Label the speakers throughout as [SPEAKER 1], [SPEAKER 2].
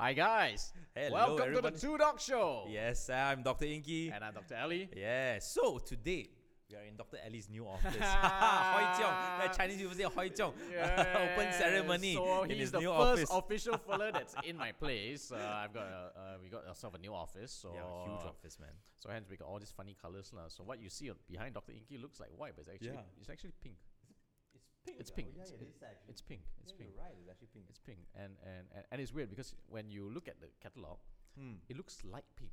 [SPEAKER 1] Hi guys.
[SPEAKER 2] Hello,
[SPEAKER 1] Welcome
[SPEAKER 2] everybody.
[SPEAKER 1] to the Two Dog Show.
[SPEAKER 2] Yes, I'm Dr. Inky.
[SPEAKER 1] And I'm Dr. Ellie.
[SPEAKER 2] yeah, so today we are in Dr. Ellie's new office. Hoi Cheong. The Chinese people say Hoi Cheong. Open ceremony
[SPEAKER 1] So
[SPEAKER 2] in
[SPEAKER 1] he's
[SPEAKER 2] his
[SPEAKER 1] the
[SPEAKER 2] new
[SPEAKER 1] first
[SPEAKER 2] office.
[SPEAKER 1] official fella that's in my place. Uh, I've got a, uh, we got ourselves a new office. So
[SPEAKER 2] yeah, huge office, man.
[SPEAKER 1] So hence we got all these funny colors lah. So what you see behind Dr. Inky looks like white, but it's actually
[SPEAKER 2] Yeah.
[SPEAKER 1] it's actually pink.
[SPEAKER 2] It's pink.
[SPEAKER 1] It's pink.
[SPEAKER 2] Yeah,
[SPEAKER 1] It's-
[SPEAKER 2] it is actually.
[SPEAKER 1] It's pink. It's
[SPEAKER 2] Yeah,
[SPEAKER 1] pink.
[SPEAKER 2] You're right. It's actually pink.
[SPEAKER 1] It's pink. And, and and and it's weird because when you look at the catalog, it looks light pink.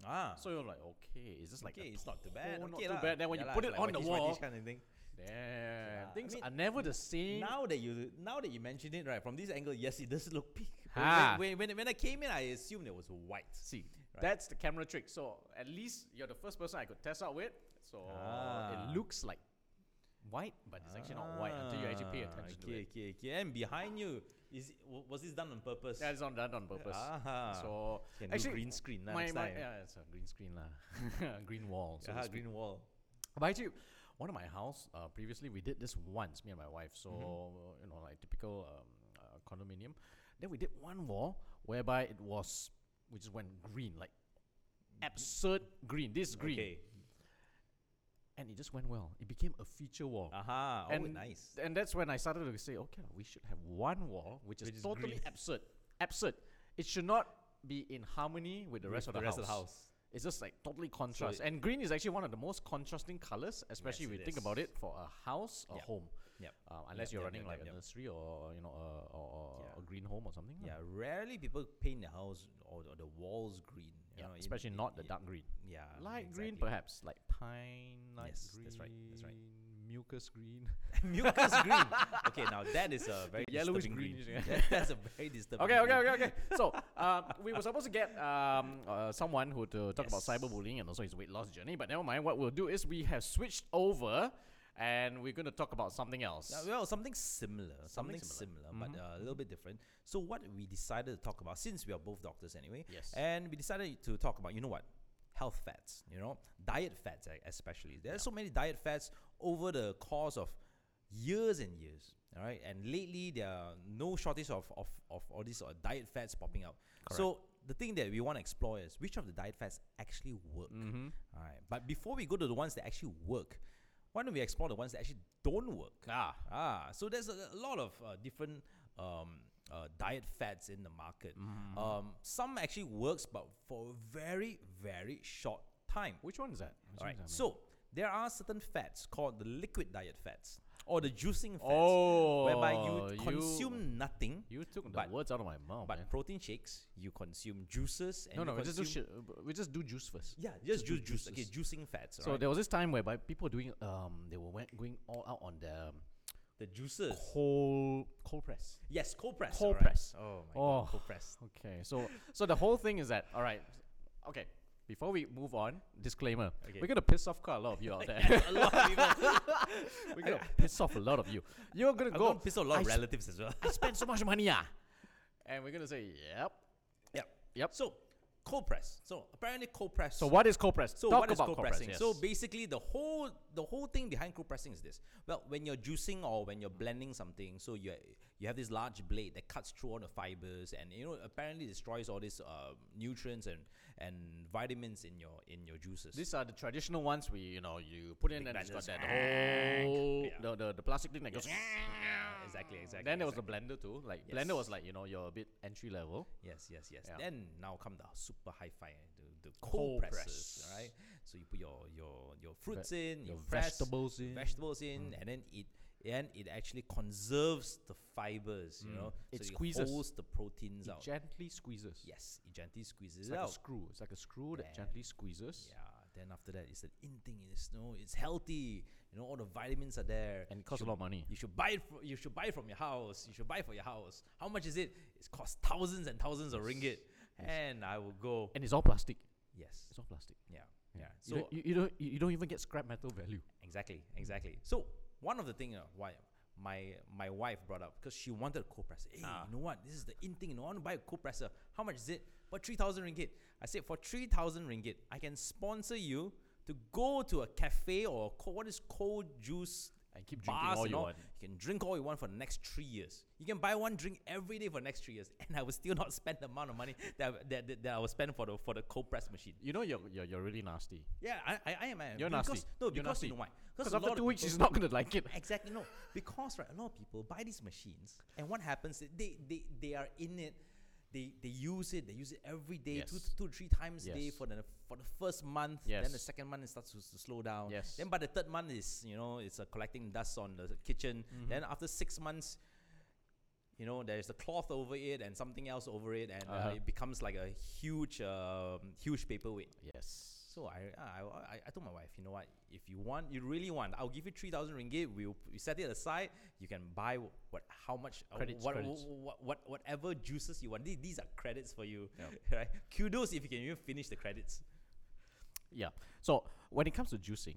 [SPEAKER 2] Hmm. ah.
[SPEAKER 1] So you're like, okay, it's just like
[SPEAKER 2] okay,
[SPEAKER 1] the
[SPEAKER 2] it's not too bad.
[SPEAKER 1] tone, not
[SPEAKER 2] okay
[SPEAKER 1] too
[SPEAKER 2] lah.
[SPEAKER 1] bad. Then when
[SPEAKER 2] Yeah
[SPEAKER 1] you
[SPEAKER 2] lah,
[SPEAKER 1] put
[SPEAKER 2] it's
[SPEAKER 1] it
[SPEAKER 2] like
[SPEAKER 1] on the
[SPEAKER 2] whiteyish,
[SPEAKER 1] wall,
[SPEAKER 2] whiteyish kind of thing.
[SPEAKER 1] damn,
[SPEAKER 2] Yeah.
[SPEAKER 1] things
[SPEAKER 2] I mean,
[SPEAKER 1] are never the same.
[SPEAKER 2] Now that you now that you mentioned it, right from this angle, yes, it does look pink. But
[SPEAKER 1] Ha.
[SPEAKER 2] When, when, when I came in, I assumed it was white.
[SPEAKER 1] See,
[SPEAKER 2] Right.
[SPEAKER 1] that's the camera trick. So at least you're the first person I could test out with. So
[SPEAKER 2] Ah.
[SPEAKER 1] it looks like white, but it's actually not white until you actually pay
[SPEAKER 2] Ah,
[SPEAKER 1] attention to
[SPEAKER 2] okay,
[SPEAKER 1] it.
[SPEAKER 2] Okay, okay. And behind you, is it, wa- was this done on purpose?
[SPEAKER 1] That's not done on purpose.
[SPEAKER 2] Ah.
[SPEAKER 1] So
[SPEAKER 2] Can do
[SPEAKER 1] actually,
[SPEAKER 2] green screen lah
[SPEAKER 1] My,
[SPEAKER 2] next
[SPEAKER 1] my,
[SPEAKER 2] time.
[SPEAKER 1] yeah, it's a green screen lah, Ah, green wall. So
[SPEAKER 2] Yeah,
[SPEAKER 1] to speak.
[SPEAKER 2] green wall.
[SPEAKER 1] But actually, one of my house uh, previously we did this once, me and my wife. So
[SPEAKER 2] Mm-hmm.
[SPEAKER 1] you know, like typical um, uh, condominium. Then we did one wall whereby it was we just went green, like absurd green. This green,
[SPEAKER 2] Okay.
[SPEAKER 1] and it just went well. It became a feature wall.
[SPEAKER 2] Aha. Oh,
[SPEAKER 1] and
[SPEAKER 2] nice.
[SPEAKER 1] And that's when I started to say, okay, we should have one wall which is
[SPEAKER 2] Which is
[SPEAKER 1] totally
[SPEAKER 2] green.
[SPEAKER 1] absurd, absurd. It should not be in harmony with the
[SPEAKER 2] With
[SPEAKER 1] rest of
[SPEAKER 2] the
[SPEAKER 1] the
[SPEAKER 2] rest
[SPEAKER 1] house.
[SPEAKER 2] of the house.
[SPEAKER 1] It's just like totally contrast.
[SPEAKER 2] it-
[SPEAKER 1] and green is actually one of the most contrasting colors, especially
[SPEAKER 2] Yes,
[SPEAKER 1] if
[SPEAKER 2] it
[SPEAKER 1] you think
[SPEAKER 2] is.
[SPEAKER 1] about it for a house or
[SPEAKER 2] Yep.
[SPEAKER 1] home.
[SPEAKER 2] Yep.
[SPEAKER 1] Um, unless
[SPEAKER 2] Yep,
[SPEAKER 1] you're
[SPEAKER 2] yep,
[SPEAKER 1] running
[SPEAKER 2] yep,
[SPEAKER 1] like
[SPEAKER 2] yep,
[SPEAKER 1] a
[SPEAKER 2] yep.
[SPEAKER 1] nursery or you know a, or, or
[SPEAKER 2] Yeah.
[SPEAKER 1] a green home or something. lah.
[SPEAKER 2] Yeah. Rarely people paint the house or, or the walls green. you
[SPEAKER 1] Yeah,
[SPEAKER 2] know, in-
[SPEAKER 1] especially
[SPEAKER 2] in-
[SPEAKER 1] not the
[SPEAKER 2] in-
[SPEAKER 1] dark green.
[SPEAKER 2] Yeah.
[SPEAKER 1] Light green,
[SPEAKER 2] exactly.
[SPEAKER 1] perhaps like pine light
[SPEAKER 2] Yes,
[SPEAKER 1] green.
[SPEAKER 2] that's right, that's right.
[SPEAKER 1] Mucus green.
[SPEAKER 2] Mucus green. Okay, now that is a very
[SPEAKER 1] Yellowish
[SPEAKER 2] disturbing
[SPEAKER 1] green, isn't it?
[SPEAKER 2] That- That's a very disturbing.
[SPEAKER 1] Okay, okay,
[SPEAKER 2] green.
[SPEAKER 1] okay, okay. So um, we were supposed to get um, uh, someone who to talk about
[SPEAKER 2] Yes.
[SPEAKER 1] cyberbullying and also his weight loss journey, but never mind. What we'll do is we have switched over, and we're going to talk about something else.
[SPEAKER 2] Yeah, well, something similar, something,
[SPEAKER 1] similar. Mm-hmm.
[SPEAKER 2] similar, but uh, a little bit different. So, what we decided to talk about, since we are both doctors anyway,
[SPEAKER 1] Yes.
[SPEAKER 2] and we decided to talk about, you know what, health fats, you know, diet fats e- especially. There are so many diet fats over the course of years and years. All right, and lately there are no shortage of of, of all these uh, diet fats popping up. So. The thing that we want to explore is which of the diet fats actually work. All right, but before we go to the ones that actually work, why don't we explore the ones that actually don't work?
[SPEAKER 1] Ah.
[SPEAKER 2] Ah, so there's a, a lot of uh, different um, uh, diet fads in the market. Um, some actually works, but for a very, very short time.
[SPEAKER 1] Which one is that? Which
[SPEAKER 2] All
[SPEAKER 1] one is
[SPEAKER 2] right.
[SPEAKER 1] that?
[SPEAKER 2] So there are certain fats called the liquid diet fats or the juicing fats,
[SPEAKER 1] Oh,
[SPEAKER 2] whereby you
[SPEAKER 1] you-
[SPEAKER 2] consume nothing.
[SPEAKER 1] you took the
[SPEAKER 2] but,
[SPEAKER 1] words out of my mouth,
[SPEAKER 2] But
[SPEAKER 1] man.
[SPEAKER 2] protein shakes, you consume juices. And
[SPEAKER 1] No,
[SPEAKER 2] you
[SPEAKER 1] no, we just do
[SPEAKER 2] consume-
[SPEAKER 1] shit. uh, We just do juice first.
[SPEAKER 2] Yeah, just, juice, juice.
[SPEAKER 1] juices.
[SPEAKER 2] Okay, juicing fats.
[SPEAKER 1] So
[SPEAKER 2] right?
[SPEAKER 1] there was this time whereby people doing um they were went, going all out on the um,
[SPEAKER 2] the juices.
[SPEAKER 1] cold cold press.
[SPEAKER 2] Yes, cold press.
[SPEAKER 1] Cold
[SPEAKER 2] alright.
[SPEAKER 1] press.
[SPEAKER 2] Oh my
[SPEAKER 1] Oh.
[SPEAKER 2] god, cold press.
[SPEAKER 1] Okay, so so the whole thing is that all right. Okay, before we move on, disclaimer:
[SPEAKER 2] Okay.
[SPEAKER 1] we're gonna piss off quite a lot of you out there.
[SPEAKER 2] a lot of people.
[SPEAKER 1] we're gonna piss off a lot of you. You're gonna
[SPEAKER 2] I'm
[SPEAKER 1] go.
[SPEAKER 2] gonna piss off a lot of
[SPEAKER 1] I s-
[SPEAKER 2] relatives as well.
[SPEAKER 1] I spent so much money, ah, and we're gonna say, yep.
[SPEAKER 2] yep.
[SPEAKER 1] Yep.
[SPEAKER 2] So cold press. So apparently cold press.
[SPEAKER 1] So what is cold press?
[SPEAKER 2] So
[SPEAKER 1] Talk
[SPEAKER 2] what is
[SPEAKER 1] about
[SPEAKER 2] cold pressing?
[SPEAKER 1] Press,
[SPEAKER 2] So
[SPEAKER 1] yes.
[SPEAKER 2] basically, the whole the whole thing behind cold pressing is this. Well, when you're juicing or when you're blending something, so you you have this large blade that cuts through all the fibers and you know apparently destroys all these uh, nutrients and and vitamins in your in your juices.
[SPEAKER 1] these are the traditional ones we, you know, you put in
[SPEAKER 2] Big
[SPEAKER 1] and it's got
[SPEAKER 2] blenders.
[SPEAKER 1] that whole
[SPEAKER 2] Yeah.
[SPEAKER 1] the, the, the plastic thing that goes.
[SPEAKER 2] Yeah, Ah, exactly, exactly.
[SPEAKER 1] Then there was
[SPEAKER 2] exactly.
[SPEAKER 1] the blender too. Like
[SPEAKER 2] Yes.
[SPEAKER 1] blender was like you know you're a bit entry level.
[SPEAKER 2] Yes, yes, yes.
[SPEAKER 1] Yeah.
[SPEAKER 2] Then now come the super hi-fi, eh, the, the
[SPEAKER 1] Cold
[SPEAKER 2] cold presses,
[SPEAKER 1] press.
[SPEAKER 2] right? So you put your your your fruits in,
[SPEAKER 1] your
[SPEAKER 2] you press
[SPEAKER 1] vegetables in.
[SPEAKER 2] vegetables in,
[SPEAKER 1] Mm.
[SPEAKER 2] and then it and it actually conserves the fibers, you know.
[SPEAKER 1] Mm. It
[SPEAKER 2] so
[SPEAKER 1] squeezes.
[SPEAKER 2] it holds the proteins
[SPEAKER 1] It
[SPEAKER 2] out.
[SPEAKER 1] gently squeezes.
[SPEAKER 2] yes, it gently squeezes
[SPEAKER 1] It's
[SPEAKER 2] it
[SPEAKER 1] like a
[SPEAKER 2] out.
[SPEAKER 1] screw. It's like a screw that
[SPEAKER 2] Yeah.
[SPEAKER 1] gently squeezes.
[SPEAKER 2] Yeah. Then after that, it's the in thing. It's you know, it's healthy. You know, all the vitamins are there.
[SPEAKER 1] And it
[SPEAKER 2] You
[SPEAKER 1] costs a
[SPEAKER 2] should-
[SPEAKER 1] lot of money.
[SPEAKER 2] You should buy it. From, you should buy it from your house. You should buy it for your house. How much is it? It costs thousands and thousands of ringgit. And I will go.
[SPEAKER 1] And it's all plastic.
[SPEAKER 2] Yes.
[SPEAKER 1] It's all plastic.
[SPEAKER 2] Yeah. Yeah.
[SPEAKER 1] So you
[SPEAKER 2] So
[SPEAKER 1] don't, you, you don't you you don't even get scrap metal value.
[SPEAKER 2] exactly, exactly. So one of the things why my my wife brought up because she wanted a cold presser. Hey, you know what? This is the in thing. You know, I want to buy a cold presser. How much is it? For three thousand ringgit. I said for three thousand ringgit, I can sponsor you to go to a cafe or co- what is cold juice
[SPEAKER 1] and keep drinking
[SPEAKER 2] bars
[SPEAKER 1] all
[SPEAKER 2] and
[SPEAKER 1] you
[SPEAKER 2] all,
[SPEAKER 1] want.
[SPEAKER 2] You can drink all you want for the next three years. You can buy one drink every day for the next three years, and I will still not spend the amount of money that I- that, that, that I will spend for the for the cold press machine.
[SPEAKER 1] You know you're you're, you're really nasty.
[SPEAKER 2] Yeah, I I, I am. I am.
[SPEAKER 1] You're
[SPEAKER 2] because,
[SPEAKER 1] nasty.
[SPEAKER 2] No,
[SPEAKER 1] You're
[SPEAKER 2] because
[SPEAKER 1] nasty.
[SPEAKER 2] you know why?
[SPEAKER 1] Because
[SPEAKER 2] a
[SPEAKER 1] after
[SPEAKER 2] lot of
[SPEAKER 1] two weeks,
[SPEAKER 2] people-
[SPEAKER 1] she's not gonna like it.
[SPEAKER 2] Exactly no, because right, a lot of people buy these machines, and what happens? is They they they are in it. They, they use it. They use it every day, two
[SPEAKER 1] Yes.
[SPEAKER 2] two to three times a day
[SPEAKER 1] Yes.
[SPEAKER 2] for the for the first month. Then the
[SPEAKER 1] Yes.
[SPEAKER 2] second month it starts to, to slow down.
[SPEAKER 1] Yes.
[SPEAKER 2] Then by the third month is you know it's uh, collecting dust on the kitchen.
[SPEAKER 1] Mm-hmm.
[SPEAKER 2] Then after six months, you know there's a cloth over it and something else over it, and uh
[SPEAKER 1] Uh-huh.
[SPEAKER 2] it becomes like a huge um, huge paperweight.
[SPEAKER 1] Yes.
[SPEAKER 2] So I, I, I, I told my wife, you know what? If you want, you really want, I'll give you three thousand ringgit. We'll we set it aside. You can buy wh- what, how much, uh,
[SPEAKER 1] Credits,
[SPEAKER 2] what,
[SPEAKER 1] credits.
[SPEAKER 2] What, what, whatever juices you want. These, these are credits for you,
[SPEAKER 1] Yep.
[SPEAKER 2] right? Kudos if you can even finish the credits.
[SPEAKER 1] Yeah. So when it comes to juicing,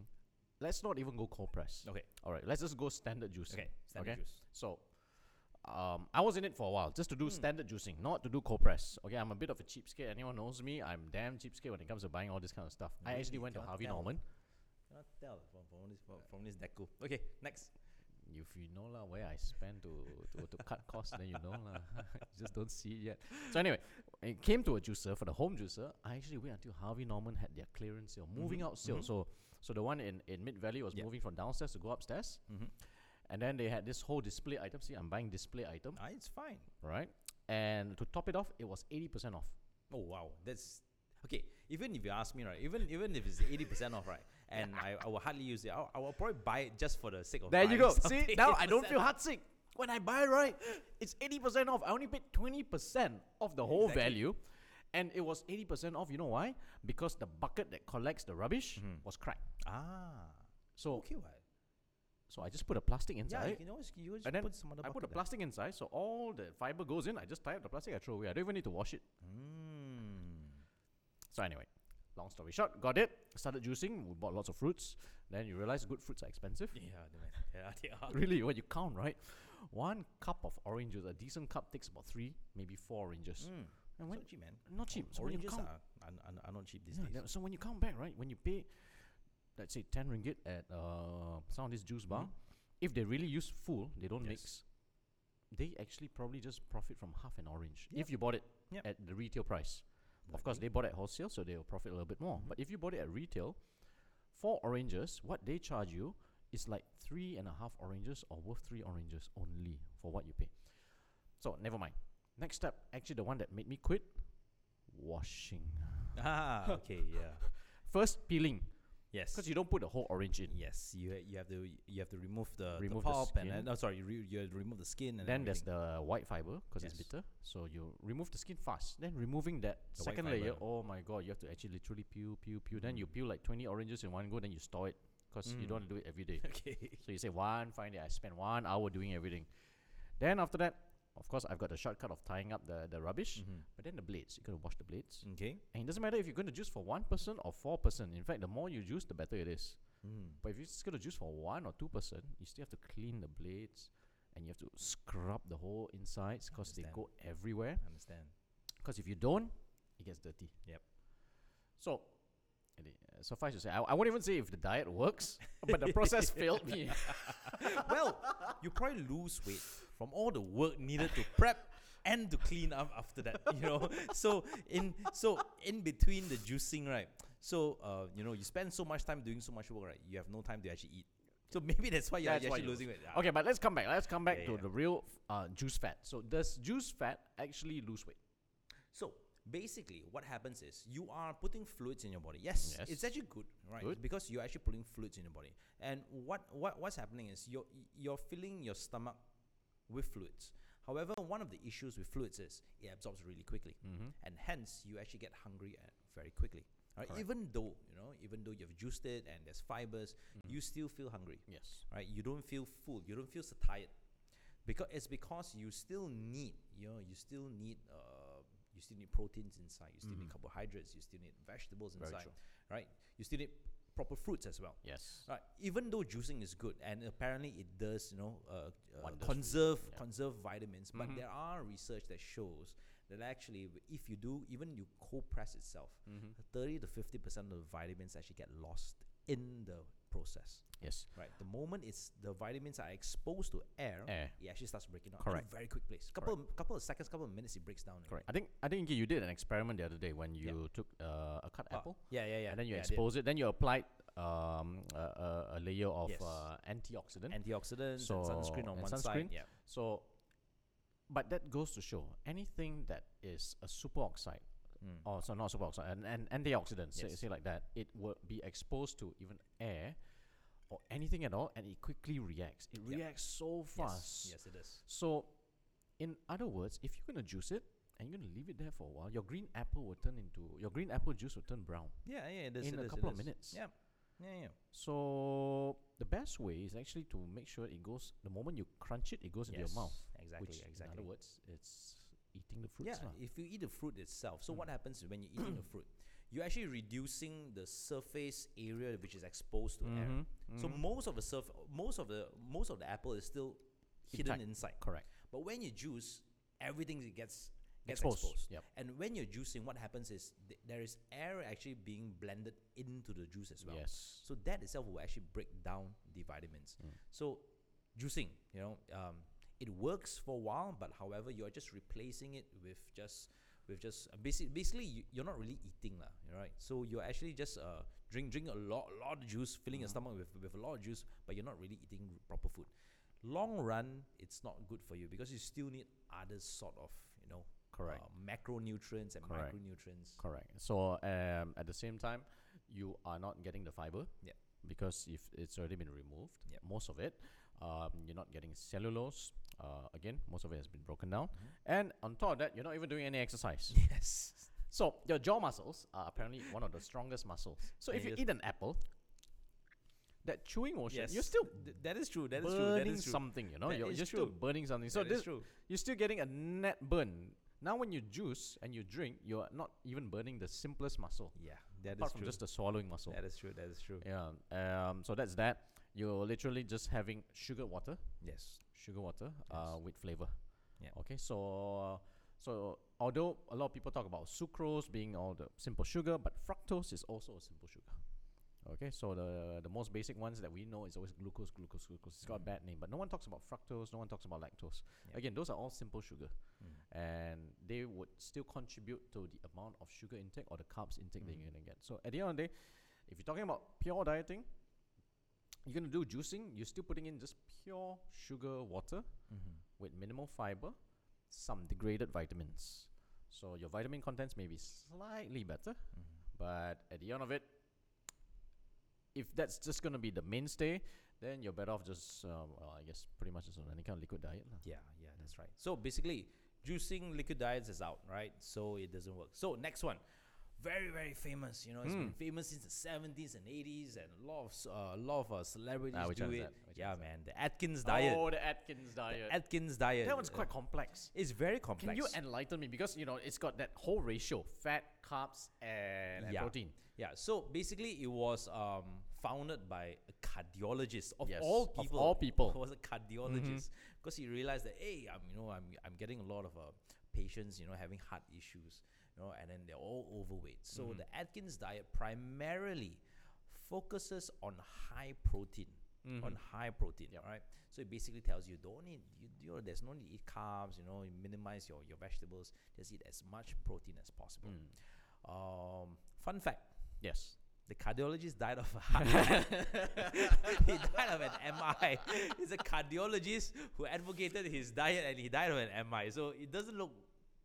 [SPEAKER 1] let's not even go cold press.
[SPEAKER 2] Okay,
[SPEAKER 1] All right. Let's just go standard juicing.
[SPEAKER 2] okay, standard
[SPEAKER 1] Okay.
[SPEAKER 2] juice.
[SPEAKER 1] So, um, I was in it for a while just to do
[SPEAKER 2] Hmm.
[SPEAKER 1] standard juicing, not to do cold press. Okay, I'm a bit of a cheapskate. Anyone knows me, I'm damn cheapskate when it comes to buying all this kind of stuff. I
[SPEAKER 2] Really?
[SPEAKER 1] actually went to
[SPEAKER 2] Cannot
[SPEAKER 1] Harvey
[SPEAKER 2] tell.
[SPEAKER 1] Norman.
[SPEAKER 2] Cannot tell from, from this from, from this deco. Okay, next.
[SPEAKER 1] If you know lah where I spend to, to, to cut costs, then you know lah. you just don't see it yet. So anyway, when it came to a juicer for the home juicer. I actually wait until Harvey Norman had their clearance sale, moving
[SPEAKER 2] Mhm,
[SPEAKER 1] out sale.
[SPEAKER 2] mhm.
[SPEAKER 1] So so the one in, in Mid Valley was
[SPEAKER 2] Yeah.
[SPEAKER 1] moving from downstairs to go upstairs,
[SPEAKER 2] Mhm.
[SPEAKER 1] and then they had this whole display item. See, I'm buying display item,
[SPEAKER 2] Ah, it's fine.
[SPEAKER 1] right? And to top it off, it was eighty percent off.
[SPEAKER 2] Oh wow, that's okay. Even if you ask me, right? Even even if it's eighty percent off, right? And I, I will hardly use it. I'll, I will probably buy it just for the sake of.
[SPEAKER 1] There you
[SPEAKER 2] buying
[SPEAKER 1] go. See,
[SPEAKER 2] something
[SPEAKER 1] now I don't
[SPEAKER 2] 80%
[SPEAKER 1] feel heartsick. When I buy right, it's 80% off. I only paid 20% of the whole
[SPEAKER 2] Exactly.
[SPEAKER 1] value. And it was 80% off. You know why? Because the bucket that collects the rubbish
[SPEAKER 2] Mhm.
[SPEAKER 1] was cracked.
[SPEAKER 2] Ah,
[SPEAKER 1] So
[SPEAKER 2] okay, what?
[SPEAKER 1] so I just put a plastic
[SPEAKER 2] Yeah, you
[SPEAKER 1] inside.
[SPEAKER 2] can always you always
[SPEAKER 1] and then
[SPEAKER 2] put some other.
[SPEAKER 1] I put the
[SPEAKER 2] bucket
[SPEAKER 1] plastic inside, so all the fiber goes in. I just tie up the plastic, I throw away. I don't even need to wash it.
[SPEAKER 2] there. Mm.
[SPEAKER 1] So anyway, long story short, got it. Started juicing. We bought lots of fruits. Then you realize good fruits are expensive.
[SPEAKER 2] Yeah, they might- they are- they are.
[SPEAKER 1] really what you count right one cup of oranges a decent cup takes about three maybe four oranges
[SPEAKER 2] Mm.
[SPEAKER 1] and when
[SPEAKER 2] so cheap, man.
[SPEAKER 1] not cheap so when you
[SPEAKER 2] Oranges
[SPEAKER 1] count
[SPEAKER 2] are, are, are, are not cheap these
[SPEAKER 1] yeah,
[SPEAKER 2] days.
[SPEAKER 1] that- so when you count back right when you pay let's say 10 ringgit at uh, some of this juice bar
[SPEAKER 2] Mhm.
[SPEAKER 1] if they really use full they don't
[SPEAKER 2] Yes.
[SPEAKER 1] mix they actually probably just profit from half an orange
[SPEAKER 2] Yep.
[SPEAKER 1] if you bought it
[SPEAKER 2] Yep.
[SPEAKER 1] at the retail price of course they bought it at wholesale so they'll profit a little bit more
[SPEAKER 2] Mhm.
[SPEAKER 1] but if you bought it at retail four oranges what they charge you is like three and a half oranges or worth three oranges only for what you pay so never mind next step actually the one that made me quit washing
[SPEAKER 2] Ah, okay, yeah.
[SPEAKER 1] first peeling
[SPEAKER 2] Yes.
[SPEAKER 1] because you don't put the whole orange in
[SPEAKER 2] Yes, you ha- you have to you have to remove the
[SPEAKER 1] Remove
[SPEAKER 2] the
[SPEAKER 1] the
[SPEAKER 2] pulp and
[SPEAKER 1] skin.
[SPEAKER 2] then- oh, sorry, you re- you have to remove the skin and
[SPEAKER 1] then there's
[SPEAKER 2] everything.
[SPEAKER 1] the white fiber because it's
[SPEAKER 2] Yes.
[SPEAKER 1] bitter so you remove the skin fast then removing that
[SPEAKER 2] The white
[SPEAKER 1] second layer
[SPEAKER 2] fiber.
[SPEAKER 1] oh my god you have to actually literally peel peel peel then you peel like 20 oranges in one go then you store it because you
[SPEAKER 2] Mm.
[SPEAKER 1] don't want to do it every day
[SPEAKER 2] okay.
[SPEAKER 1] So you say one fine day, I spent one hour doing everything. Then after that, of course, I've got the shortcut of tying up the, the rubbish.
[SPEAKER 2] Mhm.
[SPEAKER 1] But then the blades, you gotta wash the blades.
[SPEAKER 2] Okay.
[SPEAKER 1] And it doesn't matter if you're gonna juice for one person or four person. In fact, the more you juice, the better it is.
[SPEAKER 2] Mm.
[SPEAKER 1] But if you're just gonna juice for one or two person, you still have to clean the blades and you have to scrub the whole insides because they
[SPEAKER 2] Understand.
[SPEAKER 1] go everywhere.
[SPEAKER 2] Understand.
[SPEAKER 1] Because if you don't, it gets dirty.
[SPEAKER 2] Yep.
[SPEAKER 1] So, it, i- uh, suffice to say, I, I won't even say if the diet works, but the process failed me.
[SPEAKER 2] well, you probably lose weight from all the work needed to prep and to clean up after that. You know, so in so in between the juicing, right? So uh, you know, you spend so much time doing so much work, right? You have no time to actually eat. So maybe that's why you're
[SPEAKER 1] That's
[SPEAKER 2] you're
[SPEAKER 1] why
[SPEAKER 2] actually
[SPEAKER 1] you
[SPEAKER 2] losing weight. Ah,
[SPEAKER 1] Okay, but let's come back. Let's come back
[SPEAKER 2] Yeah,
[SPEAKER 1] to
[SPEAKER 2] yeah.
[SPEAKER 1] the real uh, juice fat. So does juice fat actually lose weight?
[SPEAKER 2] So basically, what happens is you are putting fluids in your body. Yes,
[SPEAKER 1] Yes.
[SPEAKER 2] it's actually good, right?
[SPEAKER 1] Good.
[SPEAKER 2] Because you're actually putting fluids in your body. And what what what's happening is you're you're filling your stomach with fluids. However, one of the issues with fluids is it absorbs really quickly, and hence you actually get hungry uh, very quickly. Right?
[SPEAKER 1] Correct.
[SPEAKER 2] Even though you know, even though you've juiced it and there's fibers,
[SPEAKER 1] Mm.
[SPEAKER 2] you still feel hungry
[SPEAKER 1] Yes.
[SPEAKER 2] right? You don't feel full. You don't feel satiated, because it's because you still need you know you still need uh, you still need proteins inside. You still need
[SPEAKER 1] Mhm.
[SPEAKER 2] carbohydrates. You still need vegetables
[SPEAKER 1] Very
[SPEAKER 2] inside,
[SPEAKER 1] true.
[SPEAKER 2] right? You still need proper fruits as well.
[SPEAKER 1] Yes.
[SPEAKER 2] Right. Even though juicing is good, and apparently it does, you know, uh, uh,
[SPEAKER 1] Wonders for you,
[SPEAKER 2] conserve
[SPEAKER 1] yeah.
[SPEAKER 2] conserve vitamins. But
[SPEAKER 1] Mhm.
[SPEAKER 2] there are research that shows that actually, w- if you
[SPEAKER 1] Mm-hmm.
[SPEAKER 2] do, even you cold press itself, thirty to fifty percent of the vitamins actually get lost in the process.
[SPEAKER 1] Yes.
[SPEAKER 2] Right. The moment it's the vitamins are exposed to air,
[SPEAKER 1] Air.
[SPEAKER 2] it actually starts breaking down.
[SPEAKER 1] Correct.
[SPEAKER 2] In a very quick place. Couple of, couple of seconds, couple of minutes, it breaks down. already.
[SPEAKER 1] Correct. I think I think you did an experiment the other day when you took uh, a cut
[SPEAKER 2] Ah,
[SPEAKER 1] apple
[SPEAKER 2] Yeah, yeah, yeah.
[SPEAKER 1] and then you
[SPEAKER 2] yeah, I did.
[SPEAKER 1] expose it. Then you applied um, a, a, a layer of
[SPEAKER 2] Yes.
[SPEAKER 1] uh, antioxidant.
[SPEAKER 2] antioxidants
[SPEAKER 1] So,
[SPEAKER 2] and sunscreen on
[SPEAKER 1] and
[SPEAKER 2] one side.
[SPEAKER 1] sunscreen.
[SPEAKER 2] Yeah.
[SPEAKER 1] so, but that goes to show anything that is a superoxide,
[SPEAKER 2] Mm.
[SPEAKER 1] or so not superoxide, an, an antioxidant, say,
[SPEAKER 2] Yes.
[SPEAKER 1] say like that, it will be exposed to even air or anything at all, and it quickly reacts. It
[SPEAKER 2] Yep.
[SPEAKER 1] reacts so fast.
[SPEAKER 2] Yes, yes, it is.
[SPEAKER 1] So, in other words, if you're gonna juice it and you're gonna leave it there for a while, your green apple will turn into your green apple juice will turn brown.
[SPEAKER 2] Yeah, yeah, it is.
[SPEAKER 1] In
[SPEAKER 2] it
[SPEAKER 1] a
[SPEAKER 2] is, it
[SPEAKER 1] couple of
[SPEAKER 2] is.
[SPEAKER 1] minutes.
[SPEAKER 2] Yeah, yeah, yeah.
[SPEAKER 1] So the best way is actually to make sure it goes the moment you crunch it, it goes into
[SPEAKER 2] Yes,
[SPEAKER 1] your mouth.
[SPEAKER 2] Exactly,
[SPEAKER 1] which,
[SPEAKER 2] exactly.
[SPEAKER 1] In other words, it's eating the fruits. Hmm.
[SPEAKER 2] yeah,
[SPEAKER 1] lah.
[SPEAKER 2] if you eat the fruit itself, so what happens when you're eating the fruit? You're actually reducing the surface area which is exposed to air.
[SPEAKER 1] Mhm,
[SPEAKER 2] So
[SPEAKER 1] mhm.
[SPEAKER 2] most of the surf, most of the most of the apple is still hidden
[SPEAKER 1] Intact.
[SPEAKER 2] inside.
[SPEAKER 1] correct.
[SPEAKER 2] But when you juice, everything it gets gets
[SPEAKER 1] Exposed,
[SPEAKER 2] exposed.
[SPEAKER 1] yep.
[SPEAKER 2] And when you're juicing, what happens is th- there is air actually being blended into the juice as well.
[SPEAKER 1] Yes.
[SPEAKER 2] So that itself will actually break down the vitamins.
[SPEAKER 1] Mm.
[SPEAKER 2] So juicing, you know, um, it works for a while, but however, you're just replacing it with just with just basically basically you, you're not really eating lah, you know, right? So you're actually just uh drink drink a lot lot of juice, filling
[SPEAKER 1] Mm.
[SPEAKER 2] your stomach with with a lot of juice, but you're not really eating proper food. Long run, it's not good for you because you still need other sort of you know
[SPEAKER 1] Correct.
[SPEAKER 2] uh, macronutrients and
[SPEAKER 1] Correct.
[SPEAKER 2] micronutrients.
[SPEAKER 1] Correct. So um, at the same time, you are not getting the fiber.
[SPEAKER 2] Yep.
[SPEAKER 1] Because if it's already been removed,
[SPEAKER 2] Yep.
[SPEAKER 1] most of it, um, you're not getting cellulose. Uh, again, most of it has been broken down,
[SPEAKER 2] Mm-hmm.
[SPEAKER 1] and on top of that, you're not even doing any exercise.
[SPEAKER 2] Yes.
[SPEAKER 1] so your jaw muscles are apparently one of the strongest muscles. So
[SPEAKER 2] And
[SPEAKER 1] if you
[SPEAKER 2] you-
[SPEAKER 1] eat an apple, that chewing motion,
[SPEAKER 2] Yes.
[SPEAKER 1] you're still
[SPEAKER 2] Th- that is true. That is true. That
[SPEAKER 1] burning
[SPEAKER 2] is true.
[SPEAKER 1] something. You know,
[SPEAKER 2] That
[SPEAKER 1] you're,
[SPEAKER 2] is
[SPEAKER 1] you're still
[SPEAKER 2] true.
[SPEAKER 1] burning something. So
[SPEAKER 2] That
[SPEAKER 1] this
[SPEAKER 2] is true.
[SPEAKER 1] you're still getting a net burn. Now, when you juice and you drink, you're not even burning the simplest muscle,
[SPEAKER 2] Yeah, that
[SPEAKER 1] apart
[SPEAKER 2] is
[SPEAKER 1] from
[SPEAKER 2] true.
[SPEAKER 1] just the swallowing muscle.
[SPEAKER 2] that is true. That is true.
[SPEAKER 1] Yeah. Um. So that's that. You're literally just having sugar water,
[SPEAKER 2] Yes.
[SPEAKER 1] sugar water, uh, with flavor.
[SPEAKER 2] Yeah.
[SPEAKER 1] Okay. So, uh, so although a lot of people talk about sucrose being all the simple sugar, but fructose is also a simple sugar. Okay, so the the most basic ones that we know is always glucose, glucose, glucose. It's got a bad name, but no one talks about fructose. No one talks about lactose.
[SPEAKER 2] Mm. Yeah.
[SPEAKER 1] Again, those are all simple sugar,
[SPEAKER 2] Mm-hmm.
[SPEAKER 1] and they would still contribute to the amount of sugar intake or the carbs intake that you're gonna get. So at the end of the day, if you're talking about pure dieting, you're gonna do juicing. You're still putting in just pure sugar water
[SPEAKER 2] Mm-hmm.
[SPEAKER 1] with minimal fiber, some degraded vitamins. So your vitamin contents may be slightly better,
[SPEAKER 2] Mm-hmm.
[SPEAKER 1] but at the end of it, if that's just gonna be the mainstay, then you're better off just, um, well, I guess, pretty much just on any kind of liquid diet. lah.
[SPEAKER 2] Yeah, yeah, that's right. So basically, juicing liquid diets is out, right? So it doesn't work. So next one, very very famous. You know, it's
[SPEAKER 1] Hmm.
[SPEAKER 2] been famous since the seventies and eighties, and a lot of s- uh, a lot of uh, celebrities
[SPEAKER 1] Ah, which
[SPEAKER 2] do
[SPEAKER 1] one is
[SPEAKER 2] it.
[SPEAKER 1] that? Which
[SPEAKER 2] Yeah,
[SPEAKER 1] one is
[SPEAKER 2] man, the Atkins diet.
[SPEAKER 1] Oh, the Atkins diet.
[SPEAKER 2] The Atkins diet.
[SPEAKER 1] that one's
[SPEAKER 2] uh,
[SPEAKER 1] quite complex.
[SPEAKER 2] It's very complex.
[SPEAKER 1] Can you enlighten me? Because you know it's got that whole ratio: fat, carbs, and, and
[SPEAKER 2] yeah.
[SPEAKER 1] protein.
[SPEAKER 2] Yeah. So basically, it was um, founded by a cardiologist of
[SPEAKER 1] Yes,
[SPEAKER 2] all
[SPEAKER 1] of
[SPEAKER 2] people.
[SPEAKER 1] all people. Mm-hmm.
[SPEAKER 2] He was a cardiologist because he realized that hey, I'm you know I'm I'm getting a lot of uh, patients you know having heart issues you know and then they're all overweight. So
[SPEAKER 1] Mm-hmm.
[SPEAKER 2] the Atkins diet primarily focuses on high protein.
[SPEAKER 1] Mm-hmm.
[SPEAKER 2] On high protein, all right. So it basically tells you don't need you, you know there's no need to eat carbs. You know, you minimize your your vegetables. Just eat as much protein as possible.
[SPEAKER 1] Mm.
[SPEAKER 2] Um, fun fact:
[SPEAKER 1] Yes.
[SPEAKER 2] the cardiologist died of a heart attack. he died of an MI. He's a cardiologist who advocated his diet and he died of an MI. So it doesn't look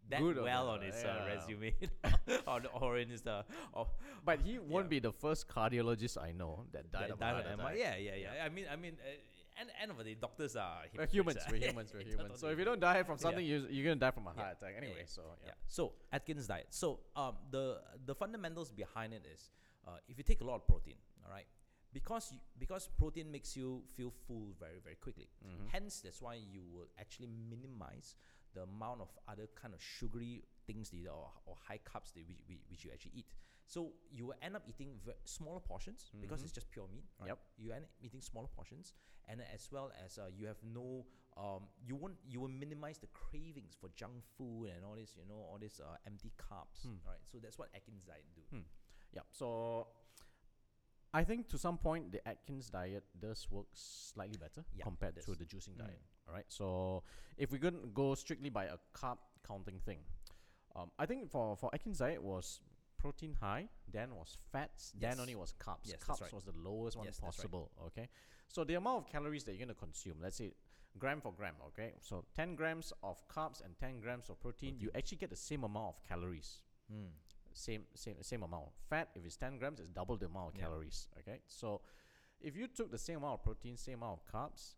[SPEAKER 2] that
[SPEAKER 1] Good on
[SPEAKER 2] well
[SPEAKER 1] that,
[SPEAKER 2] on his uh,
[SPEAKER 1] yeah.
[SPEAKER 2] resume or, or in his. Uh, or,
[SPEAKER 1] But he won't
[SPEAKER 2] Yeah.
[SPEAKER 1] be the first cardiologist I know that died
[SPEAKER 2] that
[SPEAKER 1] of a heart
[SPEAKER 2] an
[SPEAKER 1] attack.
[SPEAKER 2] Yeah, yeah, yeah. I mean, I mean, uh, end, end of the day, doctors are
[SPEAKER 1] We're
[SPEAKER 2] hypocrites,
[SPEAKER 1] humans.
[SPEAKER 2] uh.
[SPEAKER 1] We're humans. We're humans. So if you
[SPEAKER 2] Totally.
[SPEAKER 1] don't die from
[SPEAKER 2] Yeah.
[SPEAKER 1] something, you you're gonna die from a heart
[SPEAKER 2] Yeah.
[SPEAKER 1] attack
[SPEAKER 2] Yeah,
[SPEAKER 1] anyway.
[SPEAKER 2] yeah.
[SPEAKER 1] So yeah.
[SPEAKER 2] So Atkins diet. So um, the the fundamentals behind it is, uh, if you take a lot of protein, all right, because you, because protein makes you feel full very very quickly. Hence, that's why you will actually minimize the amount of other kind of sugary things that you, or, or high carbs that which, which, which you actually eat. So you will end up eating ve- smaller portions because it's just pure meat. Right?
[SPEAKER 1] Yep.
[SPEAKER 2] You end up eating smaller portions, and then as well as uh, you have no, um, you won't, you will minimize the cravings for junk food and all this, you know, all this
[SPEAKER 1] Hmm.
[SPEAKER 2] uh, empty carbs. Right. So that's what Atkins diet do.
[SPEAKER 1] Yeah. So I think to some point the Atkins diet does work slightly better
[SPEAKER 2] Yeah, it
[SPEAKER 1] compared to
[SPEAKER 2] does.
[SPEAKER 1] the juicing
[SPEAKER 2] Mm.
[SPEAKER 1] diet. All right. So if we're going to go strictly by a carb counting thing, um, I think for for Atkins diet was protein high, then was fats,
[SPEAKER 2] Yes.
[SPEAKER 1] then only was carbs.
[SPEAKER 2] Yes, that's
[SPEAKER 1] carbs
[SPEAKER 2] right.
[SPEAKER 1] was the lowest one
[SPEAKER 2] Yes, that's right.
[SPEAKER 1] possible. Okay. So the amount of calories that you're going to consume, let's say gram for gram. Okay. So 10 grams of carbs and 10 grams of protein, you actually get the same amount of calories Hmm.
[SPEAKER 2] Mm.
[SPEAKER 1] same same same amount. Fat, if it's ten grams, it's double the amount of
[SPEAKER 2] Yeah.
[SPEAKER 1] calories. Okay, so if you took the same amount of protein, same amount of carbs,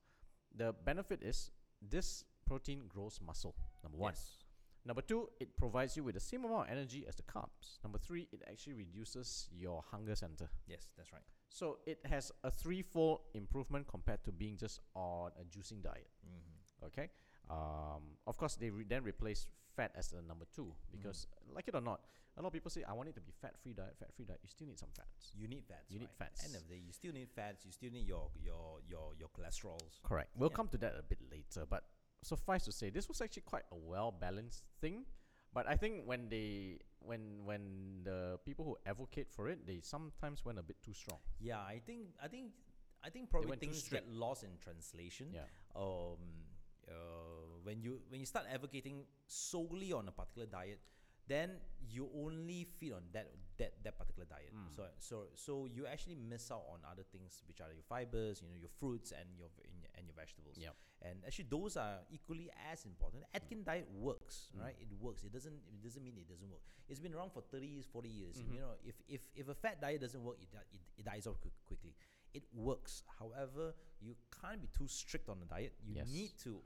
[SPEAKER 1] the benefit is this protein grows muscle. Number one.
[SPEAKER 2] Yes.
[SPEAKER 1] Number two, it provides you with the same amount of energy as the carbs. Number three, it actually reduces your hunger center.
[SPEAKER 2] Yes, that's right.
[SPEAKER 1] So it has a threefold improvement compared to being just on a juicing diet.
[SPEAKER 2] Mhm.
[SPEAKER 1] Okay. Um, of course, they re- then replace fat as the number two because, like it or not, a lot of people say, I want it to be fat free diet, fat free diet. You still need some fats.
[SPEAKER 2] You need fats.
[SPEAKER 1] You need
[SPEAKER 2] right? End
[SPEAKER 1] fats.
[SPEAKER 2] of the day, you still need fats. You still need your your your your cholesterols.
[SPEAKER 1] Correct. We'll
[SPEAKER 2] Yeah.
[SPEAKER 1] come to that a bit later, but suffice to say, this was actually quite a well balanced thing. But I think when they when when the people who advocate for it, they sometimes went a bit too strong.
[SPEAKER 2] Yeah, I think I think I think probably
[SPEAKER 1] went too
[SPEAKER 2] things
[SPEAKER 1] strict.
[SPEAKER 2] get lost in translation.
[SPEAKER 1] Yeah.
[SPEAKER 2] um, uh, when you when you start advocating solely on a particular diet, then you only feed on that that, that particular diet. So so so you actually miss out on other things, which are your fibers, you know, your fruits and your v- and your- and your vegetables.
[SPEAKER 1] Yep.
[SPEAKER 2] And actually, those are equally as important. Atkins diet works, right? It works. It doesn't. It doesn't mean it doesn't work. It's been around for thirty years, forty years. You know, if, if if a fat diet doesn't work, it di- it, it dies off quick, quickly. It works. However, you can't be too strict on the diet. You
[SPEAKER 1] Yes.
[SPEAKER 2] need to,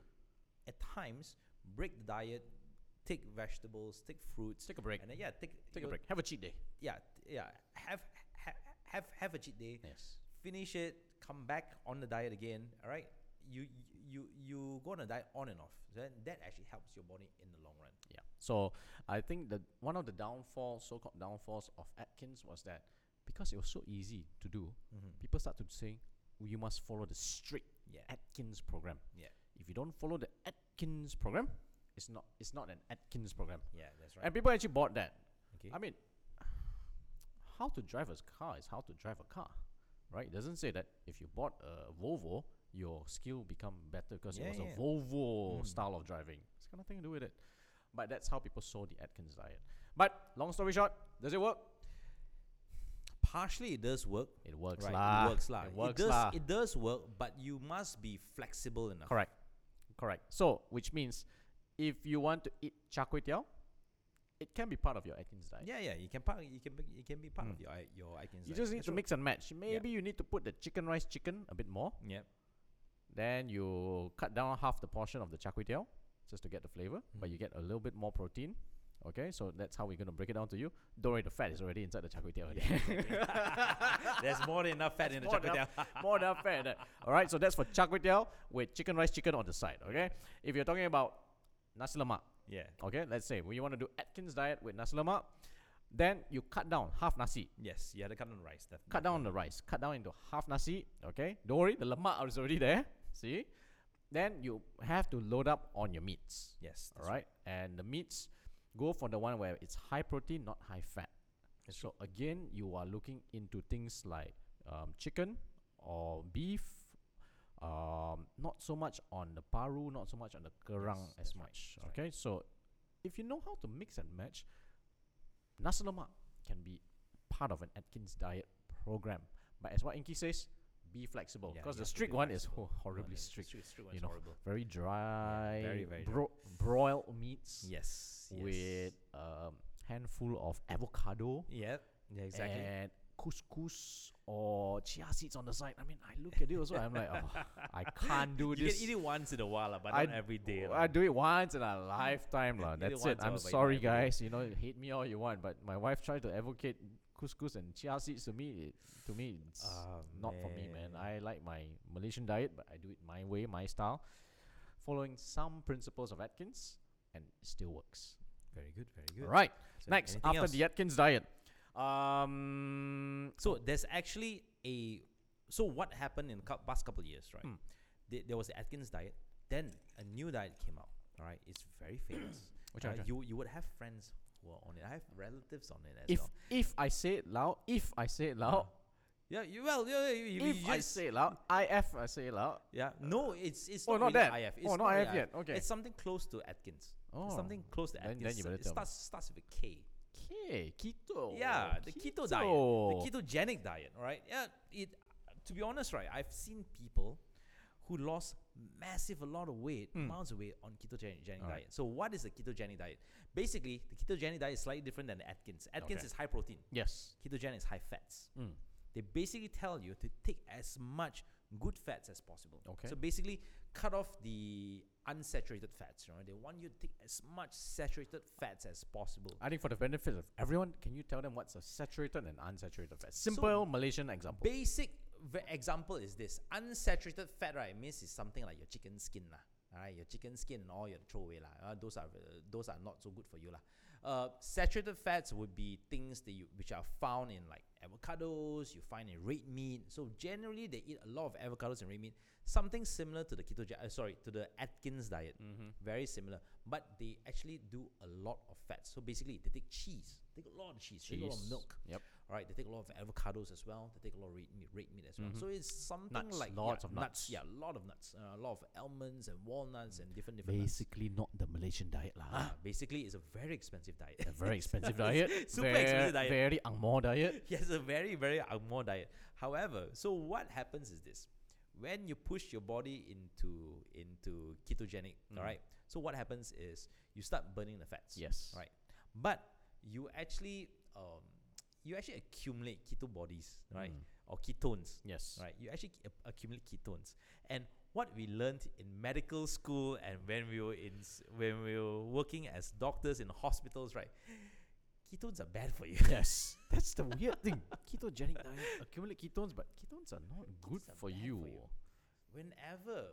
[SPEAKER 2] at times, break the diet, take vegetables, take fruits,
[SPEAKER 1] Take a break.
[SPEAKER 2] and then yeah, take
[SPEAKER 1] Take a
[SPEAKER 2] your-
[SPEAKER 1] break. Have a cheat day.
[SPEAKER 2] Yeah, t- yeah. Have ha, have have a cheat day
[SPEAKER 1] Yes.
[SPEAKER 2] finish it, come back on the diet again. All right, you you you go on a diet on and off. Then that actually helps your body in the long run.
[SPEAKER 1] Yeah. So I think that one of the downfalls, so-called downfalls of Atkins was that because it was so easy to do, people start to say you must follow the strict
[SPEAKER 2] Yeah.
[SPEAKER 1] Atkins program.
[SPEAKER 2] Yeah,
[SPEAKER 1] If you don't follow the Atkins program, it's not it's not an Atkins program.
[SPEAKER 2] yeah, that's
[SPEAKER 1] And
[SPEAKER 2] right.
[SPEAKER 1] people actually bought that.
[SPEAKER 2] Okay.
[SPEAKER 1] I mean, how to drive a car is how to drive a car, right? It doesn't say that if you bought a Volvo, your skill become better because
[SPEAKER 2] Yeah,
[SPEAKER 1] it was
[SPEAKER 2] yeah. Hmm.
[SPEAKER 1] a Volvo style of driving. It's got nothing to do with it. But that's how people saw the Atkins diet. But long story short, does it work?
[SPEAKER 2] Partially, it does work.
[SPEAKER 1] It works
[SPEAKER 2] right,
[SPEAKER 1] lah.
[SPEAKER 2] it works lah.
[SPEAKER 1] It works
[SPEAKER 2] does.
[SPEAKER 1] lah.
[SPEAKER 2] It does work, but you must be flexible enough.
[SPEAKER 1] Correct. Correct. So, which means if you want to eat char kway teow, it can be part of your Atkins diet.
[SPEAKER 2] Yeah, yeah. You can part. You can. be- You can be part of your i- your icons.
[SPEAKER 1] Hmm. You
[SPEAKER 2] diet.
[SPEAKER 1] just need
[SPEAKER 2] That's
[SPEAKER 1] to
[SPEAKER 2] right.
[SPEAKER 1] mix and match. Maybe you need to put the chicken rice chicken a bit more.
[SPEAKER 2] Yep.
[SPEAKER 1] Then you cut down half the portion of the char kway teow just to get the flavor, but you get a little bit more protein. Okay, so that's how we're gonna break it down to you. Don't worry, the fat is already inside the char kway teow. already.
[SPEAKER 2] There's more than enough fat in the
[SPEAKER 1] more
[SPEAKER 2] chocolate.
[SPEAKER 1] than more than fair. That. All right, so that's for char kway teow with chicken rice chicken on the side. Okay, if you're talking about nasi lemak,
[SPEAKER 2] Yeah.
[SPEAKER 1] okay, let's say when you want to do Atkins diet with nasi lemak, then you cut down half nasi.
[SPEAKER 2] Yes. You had to cut on rice. Definitely.
[SPEAKER 1] cut down on the rice, cut down into half nasi. Okay, don't worry, the lemak is already there. See, then you have to load up on your meats.
[SPEAKER 2] Yes.
[SPEAKER 1] all right, and the meats go for the one where it's high protein, not high fat. so again, you are looking into things like um, chicken or beef. Um, not so much on the paru, not so much on the kerang
[SPEAKER 2] Yes,
[SPEAKER 1] as
[SPEAKER 2] that's right,
[SPEAKER 1] much.
[SPEAKER 2] that's
[SPEAKER 1] okay, so if you know how to mix and match, nasi lemak can be part of an Atkins diet program. But as what Inky says, be flexible
[SPEAKER 2] Yeah,
[SPEAKER 1] because
[SPEAKER 2] you
[SPEAKER 1] the
[SPEAKER 2] have to
[SPEAKER 1] strict
[SPEAKER 2] be
[SPEAKER 1] one is
[SPEAKER 2] flexible.
[SPEAKER 1] ho- horribly
[SPEAKER 2] No, the
[SPEAKER 1] strict.
[SPEAKER 2] Strict, strict one
[SPEAKER 1] you
[SPEAKER 2] is
[SPEAKER 1] know.
[SPEAKER 2] horrible.
[SPEAKER 1] Very dry,
[SPEAKER 2] very, very dry.
[SPEAKER 1] bro- broiled meats
[SPEAKER 2] Yes. yes.
[SPEAKER 1] with um, handful of avocado
[SPEAKER 2] Yeah. Yeah. Exactly.
[SPEAKER 1] and couscous or chia seeds on the side. I mean, I look at it also, I'm like, oh, I can't do
[SPEAKER 2] you
[SPEAKER 1] this.
[SPEAKER 2] can eat it once in a while, lah, but
[SPEAKER 1] I-
[SPEAKER 2] not every day.
[SPEAKER 1] I
[SPEAKER 2] lah.
[SPEAKER 1] do it once in a lifetime, lah.
[SPEAKER 2] Eat it
[SPEAKER 1] That's it.
[SPEAKER 2] once,
[SPEAKER 1] I'm
[SPEAKER 2] I'll buy it
[SPEAKER 1] sorry,
[SPEAKER 2] every day.
[SPEAKER 1] guys. You know, hate me all you want, but my wife tried to advocate couscous and chia seeds to me. It, to me, it's
[SPEAKER 2] Ah,
[SPEAKER 1] not for me, man. I like my Malaysian diet, but I do it my way, my style, following some principles of Atkins, and it still works.
[SPEAKER 2] Very good, very
[SPEAKER 1] All
[SPEAKER 2] good.
[SPEAKER 1] right.
[SPEAKER 2] So
[SPEAKER 1] Next,
[SPEAKER 2] anything
[SPEAKER 1] after
[SPEAKER 2] else? Uh,
[SPEAKER 1] the Atkins diet, um,
[SPEAKER 2] So there's actually a. So what happened in the cou- past couple of years,
[SPEAKER 1] Hmm.
[SPEAKER 2] right? There, there was the Atkins diet. Then a new diet came out. All right, it's very famous.
[SPEAKER 1] Which one,
[SPEAKER 2] Uh,
[SPEAKER 1] which one?
[SPEAKER 2] You you would have friends who are on it. I have relatives on it as
[SPEAKER 1] if
[SPEAKER 2] well.
[SPEAKER 1] if I say it loud, if I say it loud,
[SPEAKER 2] Yeah, you, well, yeah, yeah, you, you
[SPEAKER 1] if I
[SPEAKER 2] just-
[SPEAKER 1] say it loud, IF, I say it loud.
[SPEAKER 2] yeah, no, it's it's
[SPEAKER 1] oh,
[SPEAKER 2] not,
[SPEAKER 1] not
[SPEAKER 2] really
[SPEAKER 1] that.
[SPEAKER 2] IF. It's
[SPEAKER 1] oh, not
[SPEAKER 2] not
[SPEAKER 1] IF
[SPEAKER 2] really
[SPEAKER 1] yet. Okay.
[SPEAKER 2] It's something close to Atkins.
[SPEAKER 1] oh.
[SPEAKER 2] It's something close to
[SPEAKER 1] Then- then
[SPEAKER 2] Atkins.
[SPEAKER 1] you better
[SPEAKER 2] it
[SPEAKER 1] tell me.
[SPEAKER 2] starts starts with a K.
[SPEAKER 1] Okay, keto.
[SPEAKER 2] Yeah, the keto, diet, the ketogenic diet, right? Yeah, it. To be honest, right, I've seen people who lost massive a lot of weight,
[SPEAKER 1] Mm.
[SPEAKER 2] amounts of weight on ketogenic genic
[SPEAKER 1] Alright.
[SPEAKER 2] diet. So, what is the ketogenic diet? Basically, the ketogenic diet is slightly different than the Atkins. Atkins
[SPEAKER 1] Okay.
[SPEAKER 2] is high protein.
[SPEAKER 1] Yes.
[SPEAKER 2] Ketogenic is high fats.
[SPEAKER 1] Mm.
[SPEAKER 2] They basically tell you to take as much good fats as possible.
[SPEAKER 1] Okay.
[SPEAKER 2] So basically, cut off the unsaturated fats. You know, they want you to take as much saturated fats as possible.
[SPEAKER 1] I think for the benefit of everyone, can you tell them what's a saturated and unsaturated fat? Simple Malaysian example.
[SPEAKER 2] Basic v- example is this unsaturated fat, right? Means it's something like your chicken skin, lah. All right, your chicken skin and all your throwaway, lah. Uh, those are uh, those are not so good for you, lah. Uh, saturated fats would be things that you which are found in like avocados, you find in red meat. So generally, they eat a lot of avocados and red meat. Something similar to the keto, uh, sorry, to the Atkins diet,
[SPEAKER 1] Mm-hmm.
[SPEAKER 2] very similar. But they actually do a lot of fats. So basically, they take cheese, take a lot of cheese, cheese. take a lot of
[SPEAKER 1] Cheese.
[SPEAKER 2] milk.
[SPEAKER 1] Yep.
[SPEAKER 2] All right, they take a lot of avocados as well. They take a lot of red meat, red meat as well. So it's something
[SPEAKER 1] Mm-hmm. Nuts,
[SPEAKER 2] like
[SPEAKER 1] lots
[SPEAKER 2] yeah,
[SPEAKER 1] of nuts.
[SPEAKER 2] Yeah, a lot of nuts, uh, a lot of almonds and walnuts and different different. nuts.
[SPEAKER 1] Basically, not the Malaysian diet lah.
[SPEAKER 2] Ah, basically, it's a very expensive diet.
[SPEAKER 1] A very expensive diet.
[SPEAKER 2] Super
[SPEAKER 1] very,
[SPEAKER 2] expensive diet.
[SPEAKER 1] Very angmoh diet.
[SPEAKER 2] yes, a very very angmoh diet. However, so what happens is this: when you push your body into into ketogenic,
[SPEAKER 1] Mm.
[SPEAKER 2] all right. So what happens is you start burning the fats.
[SPEAKER 1] Yes.
[SPEAKER 2] Right. But you actually um, you actually accumulate keto bodies, right?
[SPEAKER 1] Mm.
[SPEAKER 2] Or ketones.
[SPEAKER 1] Yes.
[SPEAKER 2] Right. You actually ac- accumulate ketones. And what we learned in medical school and when we were in s- when we were working as doctors in hospitals, right? Ketones are bad for you.
[SPEAKER 1] Yes. That's the weird thing. Ketogenic diet. Accumulate ketones, but ketones are not good
[SPEAKER 2] Ketones are
[SPEAKER 1] for
[SPEAKER 2] bad for
[SPEAKER 1] you.
[SPEAKER 2] you. Whenever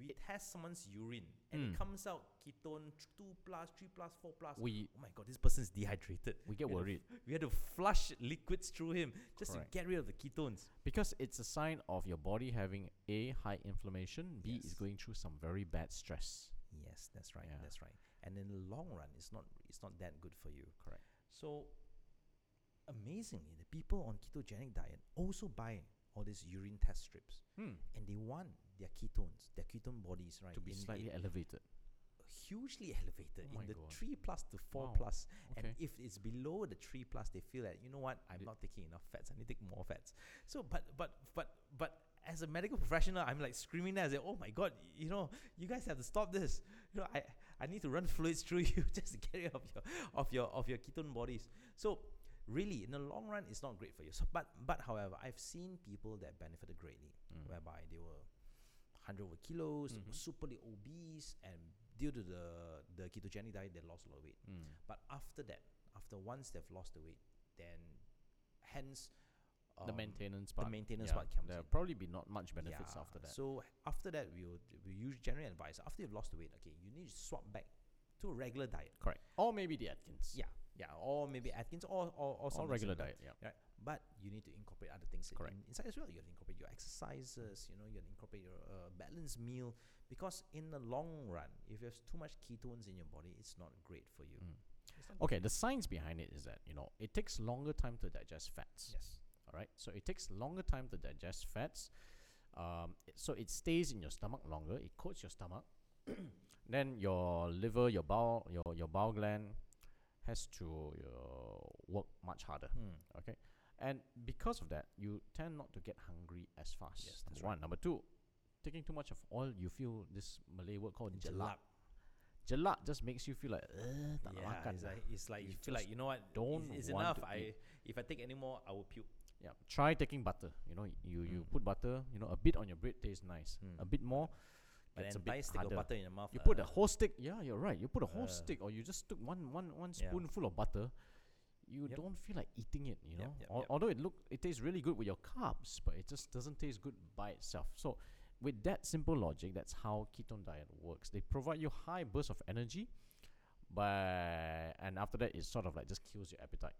[SPEAKER 2] we test someone's urine and
[SPEAKER 1] Mm.
[SPEAKER 2] it comes out ketone tr- 2 plus, 3 plus, 4 plus,
[SPEAKER 1] We
[SPEAKER 2] oh my god, this person's dehydrated.
[SPEAKER 1] we get
[SPEAKER 2] We had to
[SPEAKER 1] worried
[SPEAKER 2] We had to flush liquids through him just
[SPEAKER 1] Correct.
[SPEAKER 2] to get rid of the ketones.
[SPEAKER 1] because it's a sign of your body having a high inflammation, b is
[SPEAKER 2] Yes.
[SPEAKER 1] going through some very bad stress.
[SPEAKER 2] Yes, that's right.
[SPEAKER 1] Yeah.
[SPEAKER 2] That's right. And in the long run, it's not it's not that good for you.
[SPEAKER 1] Correct.
[SPEAKER 2] So amazingly, the people on ketogenic diet also buy all these urine test strips,
[SPEAKER 1] Hmm.
[SPEAKER 2] and they want their ketones, their ketone bodies, right,
[SPEAKER 1] To be
[SPEAKER 2] in- in-
[SPEAKER 1] slightly elevated.
[SPEAKER 2] hugely elevated
[SPEAKER 1] Oh my
[SPEAKER 2] in the
[SPEAKER 1] God.
[SPEAKER 2] three plus to four
[SPEAKER 1] Wow.
[SPEAKER 2] plus.
[SPEAKER 1] Okay.
[SPEAKER 2] And if it's below the three plus, they feel that you know what, I'm
[SPEAKER 1] Th-
[SPEAKER 2] not taking enough fats. I need to take more fats. So, but but but but as a medical professional, I'm like screaming there. I say, oh my god, y- you know, you guys have to stop this. You know, I I need to run fluids through you just to get rid of your of your of your ketone bodies. So. Really, in the long run, it's not great for you. So, but but however, I've seen people that benefited greatly,
[SPEAKER 1] Mm.
[SPEAKER 2] whereby they were 100 over kilos, they were
[SPEAKER 1] Mhm.
[SPEAKER 2] superly obese, and due to the the ketogenic diet, they lost a lot of weight.
[SPEAKER 1] Mm.
[SPEAKER 2] But after that, after once they've lost the weight, then hence
[SPEAKER 1] the
[SPEAKER 2] um,
[SPEAKER 1] maintenance
[SPEAKER 2] the
[SPEAKER 1] part.
[SPEAKER 2] maintenance
[SPEAKER 1] yeah,
[SPEAKER 2] part comes
[SPEAKER 1] There'll
[SPEAKER 2] in.
[SPEAKER 1] probably be not much benefits
[SPEAKER 2] Yeah,
[SPEAKER 1] after that.
[SPEAKER 2] So after that, we would we usually generally advise after you've lost the weight, okay, you need to swap back to a regular diet.
[SPEAKER 1] Correct. Or maybe the Atkins.
[SPEAKER 2] Yeah, yeah, or maybe Atkins or or, or
[SPEAKER 1] Or
[SPEAKER 2] something
[SPEAKER 1] regular
[SPEAKER 2] similar.
[SPEAKER 1] diet. Yeah.
[SPEAKER 2] Right. But you need to incorporate other things in-
[SPEAKER 1] Correct.
[SPEAKER 2] in- inside as well. You have to incorporate your exercises, you know, you have to incorporate your uh, balanced meal because in the long run, if you have too much ketones in your body, it's not great for you.
[SPEAKER 1] Mm.
[SPEAKER 2] It's not
[SPEAKER 1] Okay, the science behind it is that, you know, it takes longer time to digest fats.
[SPEAKER 2] good. Yes.
[SPEAKER 1] All right. So it takes longer time to digest fats. Um, it- so it stays in your stomach longer. It coats your stomach. then your liver, your bowel, your your bowel gland has to uh, work much harder.
[SPEAKER 2] Hmm.
[SPEAKER 1] Okay. And because of that, you tend not to get hungry as fast.
[SPEAKER 2] Yes, that's
[SPEAKER 1] number
[SPEAKER 2] right.
[SPEAKER 1] one. Number two, taking too much of oil, you feel this Malay word called
[SPEAKER 2] Jelak.
[SPEAKER 1] jelak. Jelak just makes you feel like, uh, tak nak
[SPEAKER 2] Yeah,
[SPEAKER 1] makan
[SPEAKER 2] it's
[SPEAKER 1] lah."
[SPEAKER 2] like, it's like
[SPEAKER 1] You
[SPEAKER 2] you, feel like
[SPEAKER 1] just
[SPEAKER 2] you know what?
[SPEAKER 1] don't
[SPEAKER 2] it's, it's
[SPEAKER 1] want
[SPEAKER 2] enough.
[SPEAKER 1] to
[SPEAKER 2] I
[SPEAKER 1] eat.
[SPEAKER 2] if I take any more, I will puke.
[SPEAKER 1] Yeah, try taking butter. You know, you you
[SPEAKER 2] Mm.
[SPEAKER 1] put butter. You know, a bit on your bread tastes nice. A
[SPEAKER 2] Mm.
[SPEAKER 1] bit more,
[SPEAKER 2] But
[SPEAKER 1] gets a
[SPEAKER 2] an entire
[SPEAKER 1] bit
[SPEAKER 2] stick
[SPEAKER 1] harder.
[SPEAKER 2] of butter in your mouth.
[SPEAKER 1] You put a
[SPEAKER 2] uh,
[SPEAKER 1] whole stick. Yeah, you're right. You put a whole
[SPEAKER 2] uh,
[SPEAKER 1] stick, or you just took one one one
[SPEAKER 2] yeah.
[SPEAKER 1] spoonful of butter. You
[SPEAKER 2] Yep.
[SPEAKER 1] don't feel like eating it. You
[SPEAKER 2] Yep,
[SPEAKER 1] know,
[SPEAKER 2] yep,
[SPEAKER 1] Al-
[SPEAKER 2] yep.
[SPEAKER 1] although it look it tastes really good with your carbs, but it just doesn't taste good by itself. So, with that simple logic, that's how ketone diet works. They provide you high burst of energy, but and after that, it sort of like just kills your appetite.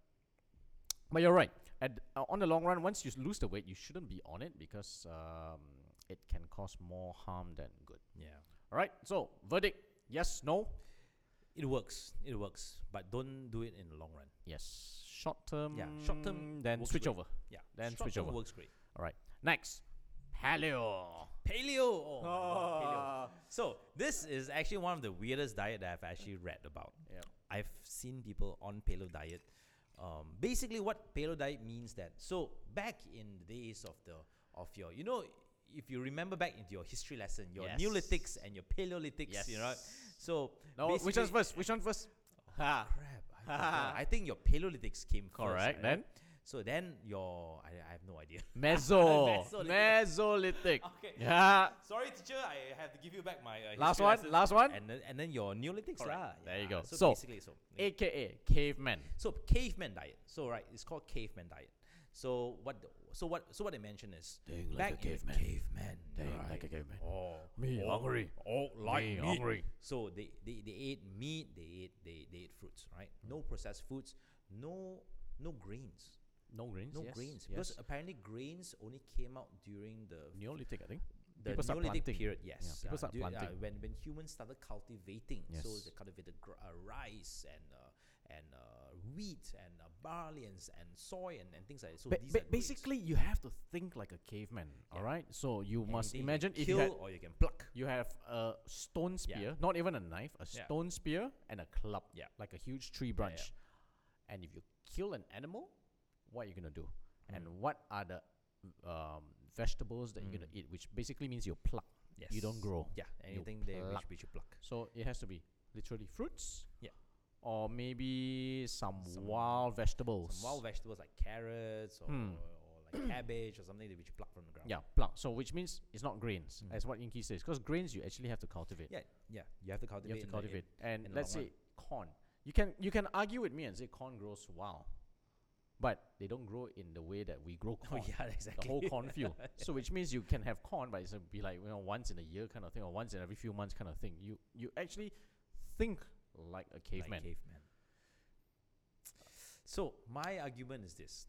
[SPEAKER 1] But you're right. At uh, on the long run, once you s- lose the weight, you shouldn't be on it because um, it can cause more harm than good.
[SPEAKER 2] yeah.
[SPEAKER 1] All right. So verdict: yes, no.
[SPEAKER 2] It works. It works. But don't do it in the long run.
[SPEAKER 1] Yes. Short term.
[SPEAKER 2] short term
[SPEAKER 1] Then
[SPEAKER 2] works
[SPEAKER 1] switch
[SPEAKER 2] great.
[SPEAKER 1] over.
[SPEAKER 2] Yeah.
[SPEAKER 1] Then
[SPEAKER 2] short
[SPEAKER 1] switch
[SPEAKER 2] term
[SPEAKER 1] over.
[SPEAKER 2] works great.
[SPEAKER 1] All right. Next, paleo.
[SPEAKER 2] Paleo. Oh, my
[SPEAKER 1] Ah.
[SPEAKER 2] God, paleo. So this is actually one of the weirdest diet that I've actually read about.
[SPEAKER 1] Yep.
[SPEAKER 2] I've seen people on paleo diet. Um, basically, what paleo diet means that so back in the days of the of your you know if you remember back into your history lesson your
[SPEAKER 1] Yes.
[SPEAKER 2] Neolithics and your Paleolithics you know so
[SPEAKER 1] No, which
[SPEAKER 2] basically-
[SPEAKER 1] one's first? Which one first? Ha.
[SPEAKER 2] crap I, forgot. I think your Paleolithics came first,
[SPEAKER 1] Correct.
[SPEAKER 2] right?
[SPEAKER 1] Then
[SPEAKER 2] so then your I, I have no idea
[SPEAKER 1] meso. Mesolithic.
[SPEAKER 2] Mesolithic. Okay.
[SPEAKER 1] Yeah.
[SPEAKER 2] sorry teacher I have to give you back my uh,
[SPEAKER 1] Last
[SPEAKER 2] history
[SPEAKER 1] one.
[SPEAKER 2] lesson.
[SPEAKER 1] Last one.
[SPEAKER 2] and then, and then your Neolithics
[SPEAKER 1] Correct.
[SPEAKER 2] lah.
[SPEAKER 1] There you
[SPEAKER 2] Yeah,
[SPEAKER 1] go.
[SPEAKER 2] so,
[SPEAKER 1] So,
[SPEAKER 2] basically so yeah.
[SPEAKER 1] AKA caveman.
[SPEAKER 2] So caveman diet. So right, it's called caveman diet. So what? the- So what? So what they mention is
[SPEAKER 1] Think like a
[SPEAKER 2] in the
[SPEAKER 1] caveman.
[SPEAKER 2] Caveman.
[SPEAKER 1] Think
[SPEAKER 2] right.
[SPEAKER 1] like a caveman.
[SPEAKER 2] Oh,
[SPEAKER 1] Me
[SPEAKER 2] oh,
[SPEAKER 1] hungry.
[SPEAKER 2] Oh, like
[SPEAKER 1] Me
[SPEAKER 2] meat.
[SPEAKER 1] hungry.
[SPEAKER 2] So they, they they ate meat. They ate they they ate fruits. Right. No processed foods. No no grains.
[SPEAKER 1] No grains.
[SPEAKER 2] No
[SPEAKER 1] yes,
[SPEAKER 2] grains.
[SPEAKER 1] Yes.
[SPEAKER 2] Because apparently grains only came out during the
[SPEAKER 1] Neolithic, I think.
[SPEAKER 2] the
[SPEAKER 1] people start
[SPEAKER 2] Neolithic
[SPEAKER 1] planting.
[SPEAKER 2] period, yes.
[SPEAKER 1] Yeah, people
[SPEAKER 2] uh,
[SPEAKER 1] start
[SPEAKER 2] du- uh,
[SPEAKER 1] planting.
[SPEAKER 2] when, when humans started cultivating, so
[SPEAKER 1] Yes.
[SPEAKER 2] they cultivated gr- uh, rice and uh, and uh, wheat and uh, barley and, s- and soy and, and things like that. So
[SPEAKER 1] Ba-
[SPEAKER 2] these
[SPEAKER 1] ba-
[SPEAKER 2] are grains.
[SPEAKER 1] basically, you have to think like a caveman. All right. So you
[SPEAKER 2] And
[SPEAKER 1] must
[SPEAKER 2] they can
[SPEAKER 1] imagine if you
[SPEAKER 2] kill
[SPEAKER 1] had,
[SPEAKER 2] or you can pluck.
[SPEAKER 1] you have a stone
[SPEAKER 2] Yeah.
[SPEAKER 1] spear, not even a knife, a
[SPEAKER 2] Yeah.
[SPEAKER 1] stone spear and a club,
[SPEAKER 2] Yeah.
[SPEAKER 1] like a huge tree branch. And if you kill an animal, what are you gonna do?
[SPEAKER 2] Mm-hmm.
[SPEAKER 1] And what are the um, vegetables that you're
[SPEAKER 2] Mm.
[SPEAKER 1] gonna eat? Which basically means you pluck.
[SPEAKER 2] Yes.
[SPEAKER 1] You don't grow.
[SPEAKER 2] Yeah,
[SPEAKER 1] You
[SPEAKER 2] anything there
[SPEAKER 1] pluck.
[SPEAKER 2] which, which you pluck.
[SPEAKER 1] So it has to be literally fruits.
[SPEAKER 2] Yeah.
[SPEAKER 1] Or maybe some,
[SPEAKER 2] Some-
[SPEAKER 1] wild vegetables.
[SPEAKER 2] Some wild vegetables like carrots or,
[SPEAKER 1] Hmm.
[SPEAKER 2] or like cabbage or something that which you pluck from the ground.
[SPEAKER 1] Yeah, pluck. So which means it's not grains, as what Inky says, because grains you actually have to cultivate.
[SPEAKER 2] Mm-hmm. Yeah, yeah. You have to
[SPEAKER 1] you
[SPEAKER 2] cultivate.
[SPEAKER 1] have to
[SPEAKER 2] in the- in-
[SPEAKER 1] cultivate. And
[SPEAKER 2] in the
[SPEAKER 1] let's
[SPEAKER 2] long
[SPEAKER 1] say
[SPEAKER 2] run.
[SPEAKER 1] corn. You can you can argue with me and say corn grows wild, but they don't grow in the way that we grow corn.
[SPEAKER 2] Oh yeah, exactly.
[SPEAKER 1] The whole cornfield. so which means you can have corn, but it's a be like you know once in a year kind of thing, or once in every few months kind of thing. You you actually think like a
[SPEAKER 2] like
[SPEAKER 1] caveman.
[SPEAKER 2] caveman. So my argument is this.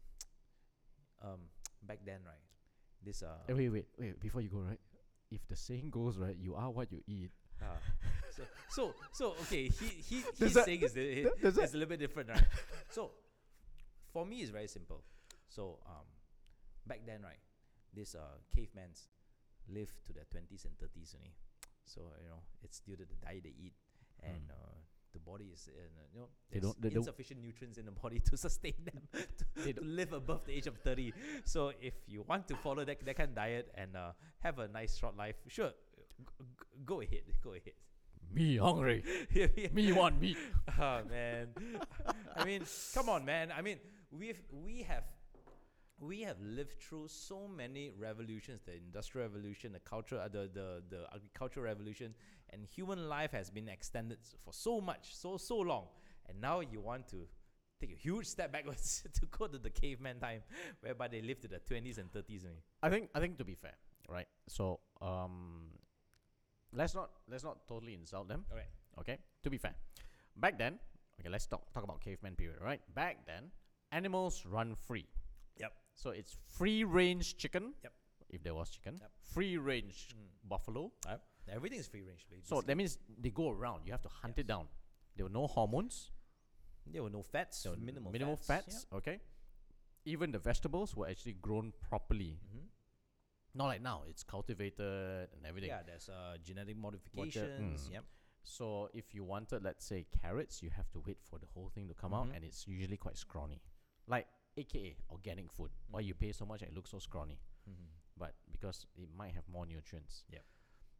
[SPEAKER 2] Um, back then, right? This uh,
[SPEAKER 1] Eh, wait wait wait before you go right. If the saying goes right, you are what you eat.
[SPEAKER 2] uh, so, so so okay. He he
[SPEAKER 1] Does
[SPEAKER 2] he's
[SPEAKER 1] that-
[SPEAKER 2] saying is the,
[SPEAKER 1] th- does that-
[SPEAKER 2] it's a little bit different, right? so for me, it's very simple. So um, back then, right? This uh, cavemans live to their twenties and thirties only. So you know, it's due to the diet they eat and.
[SPEAKER 1] Mm.
[SPEAKER 2] Uh, the body is, in, uh, you know,
[SPEAKER 1] They
[SPEAKER 2] there's
[SPEAKER 1] don't- they don't-
[SPEAKER 2] insufficient nutrients in the body to sustain them.
[SPEAKER 1] They
[SPEAKER 2] to
[SPEAKER 1] don't-
[SPEAKER 2] live above the age of 30. So if you want to follow that, that kind of diet and uh, have a nice short life, sure, g- g- go ahead, go ahead.
[SPEAKER 1] me hungry.
[SPEAKER 2] Yeah, yeah.
[SPEAKER 1] me want meat.
[SPEAKER 2] oh man, I mean, come on, man. I mean, we've we have. We have lived through so many revolutions: the industrial revolution, the cultural, uh, the, the the agricultural revolution, and human life has been extended s- for so much, so so long. And now you want to take a huge step backwards to go to the caveman time, whereby they lived to the twenties and thirties only.
[SPEAKER 1] I think I think to be fair, right? So um, let's not let's not totally insult them.
[SPEAKER 2] All right.
[SPEAKER 1] Okay, to be fair, back then, okay, let's talk talk about caveman period, right? Back then, animals run free.
[SPEAKER 2] Yep.
[SPEAKER 1] So it's free range chicken.
[SPEAKER 2] Yep.
[SPEAKER 1] If there was chicken,
[SPEAKER 2] Yep.
[SPEAKER 1] free range buffalo.
[SPEAKER 2] Everything is Mm. free range.
[SPEAKER 1] So that means they go around. You have to hunt
[SPEAKER 2] Yes.
[SPEAKER 1] it down. There were no hormones.
[SPEAKER 2] there were no fats,
[SPEAKER 1] There were
[SPEAKER 2] minimal
[SPEAKER 1] minimal
[SPEAKER 2] fats.
[SPEAKER 1] fats. Okay. Even the vegetables were actually grown properly.
[SPEAKER 2] Yeah. hmm
[SPEAKER 1] Not like now. It's cultivated and everything.
[SPEAKER 2] Yeah, there's uh, genetic modifications.
[SPEAKER 1] mm.
[SPEAKER 2] Yep.
[SPEAKER 1] So if you wanted, let's say, carrots, you have to wait for the whole thing to come
[SPEAKER 2] Mhm.
[SPEAKER 1] out, and it's usually quite scrawny. Like AKA organic food.
[SPEAKER 2] Mm.
[SPEAKER 1] Why you pay so much and it looks so scrawny? But because it might have more nutrients.
[SPEAKER 2] Yep.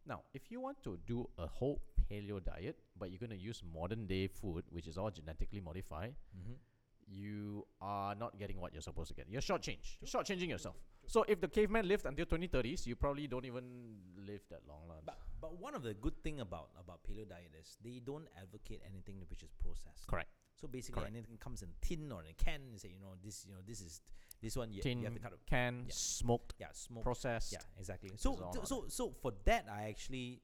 [SPEAKER 1] Now, if you want to do a whole paleo diet, but you're gonna use modern day food, which is all genetically modified,
[SPEAKER 2] Mm-hmm.
[SPEAKER 1] you are not getting what you're supposed to get. You're shortchanged. You're shortchanging yourself. So if the caveman lived until 2030s, you probably don't even live that long. lah.
[SPEAKER 2] But but one of the good thing about about paleo diet is they don't advocate anything which is processed.
[SPEAKER 1] Correct.
[SPEAKER 2] So basically,
[SPEAKER 1] Correct.
[SPEAKER 2] anything comes in tin or in a can. You say you know this you know this is this one you,
[SPEAKER 1] Tin,
[SPEAKER 2] you have to cut. Up.
[SPEAKER 1] can,
[SPEAKER 2] Yeah.
[SPEAKER 1] smoked,
[SPEAKER 2] Yeah, smoke.
[SPEAKER 1] processed.
[SPEAKER 2] yeah, exactly. So
[SPEAKER 1] is all
[SPEAKER 2] th-
[SPEAKER 1] not
[SPEAKER 2] so so for that, I actually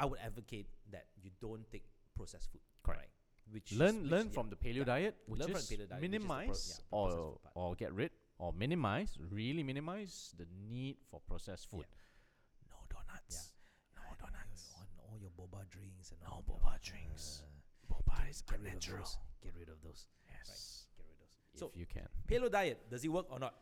[SPEAKER 2] I would advocate that you don't take processed food.
[SPEAKER 1] Correct.
[SPEAKER 2] right? Which is-
[SPEAKER 1] learn
[SPEAKER 2] which-
[SPEAKER 1] learn
[SPEAKER 2] yeah.
[SPEAKER 1] from the paleo
[SPEAKER 2] yeah.
[SPEAKER 1] diet, which
[SPEAKER 2] Learn from
[SPEAKER 1] is
[SPEAKER 2] the paleo diet, which is the pro-
[SPEAKER 1] minimize
[SPEAKER 2] yeah, the processed
[SPEAKER 1] or
[SPEAKER 2] food part.
[SPEAKER 1] or get rid or minimize, really minimize the need for processed food. No donuts.
[SPEAKER 2] Yeah. No donuts. On all your boba drinks and
[SPEAKER 1] No
[SPEAKER 2] all
[SPEAKER 1] boba drinks.
[SPEAKER 2] Uh,
[SPEAKER 1] but
[SPEAKER 2] Get-
[SPEAKER 1] it's
[SPEAKER 2] get rid of
[SPEAKER 1] unnatural.
[SPEAKER 2] those. Get rid of those.
[SPEAKER 1] Yes.
[SPEAKER 2] Get rid of those.
[SPEAKER 1] If
[SPEAKER 2] So-
[SPEAKER 1] you can.
[SPEAKER 2] Paleo diet, does it work or not?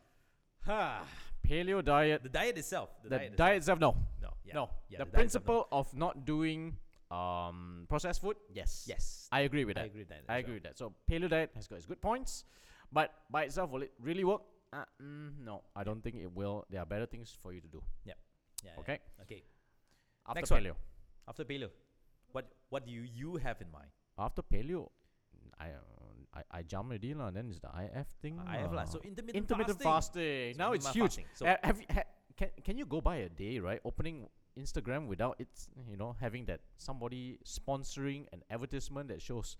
[SPEAKER 1] Ha. Paleo diet.
[SPEAKER 2] The diet itself. The,
[SPEAKER 1] The,
[SPEAKER 2] diet,
[SPEAKER 1] diet, itself, no.
[SPEAKER 2] itself. No. Yeah.
[SPEAKER 1] no.
[SPEAKER 2] Yeah,
[SPEAKER 1] the
[SPEAKER 2] diet itself, no.
[SPEAKER 1] principle of not doing um, processed food,
[SPEAKER 2] Yes. Yes.
[SPEAKER 1] I agree with
[SPEAKER 2] I
[SPEAKER 1] that.
[SPEAKER 2] agree with that.
[SPEAKER 1] I
[SPEAKER 2] as
[SPEAKER 1] agree with that. So paleo diet has got its good points, but by itself, will it really work? Uh, mm, no, I don't think it will. There are better things for you to do.
[SPEAKER 2] well. Yeah, yeah.
[SPEAKER 1] Okay,
[SPEAKER 2] Okay.
[SPEAKER 1] after
[SPEAKER 2] Next one.
[SPEAKER 1] paleo,
[SPEAKER 2] After paleo, what what do you, you have in mind?
[SPEAKER 1] after paleo, I uh, I, I jump already lah. Then it's the IF thing.
[SPEAKER 2] I have lah.
[SPEAKER 1] lah.
[SPEAKER 2] So Ah. intermittent,
[SPEAKER 1] intermittent fasting.
[SPEAKER 2] So
[SPEAKER 1] Now it's
[SPEAKER 2] intermittent
[SPEAKER 1] huge.
[SPEAKER 2] fasting. So
[SPEAKER 1] Ha- have you, ha- can can you go by a day right? Opening Instagram without it's you know having that somebody sponsoring an advertisement that shows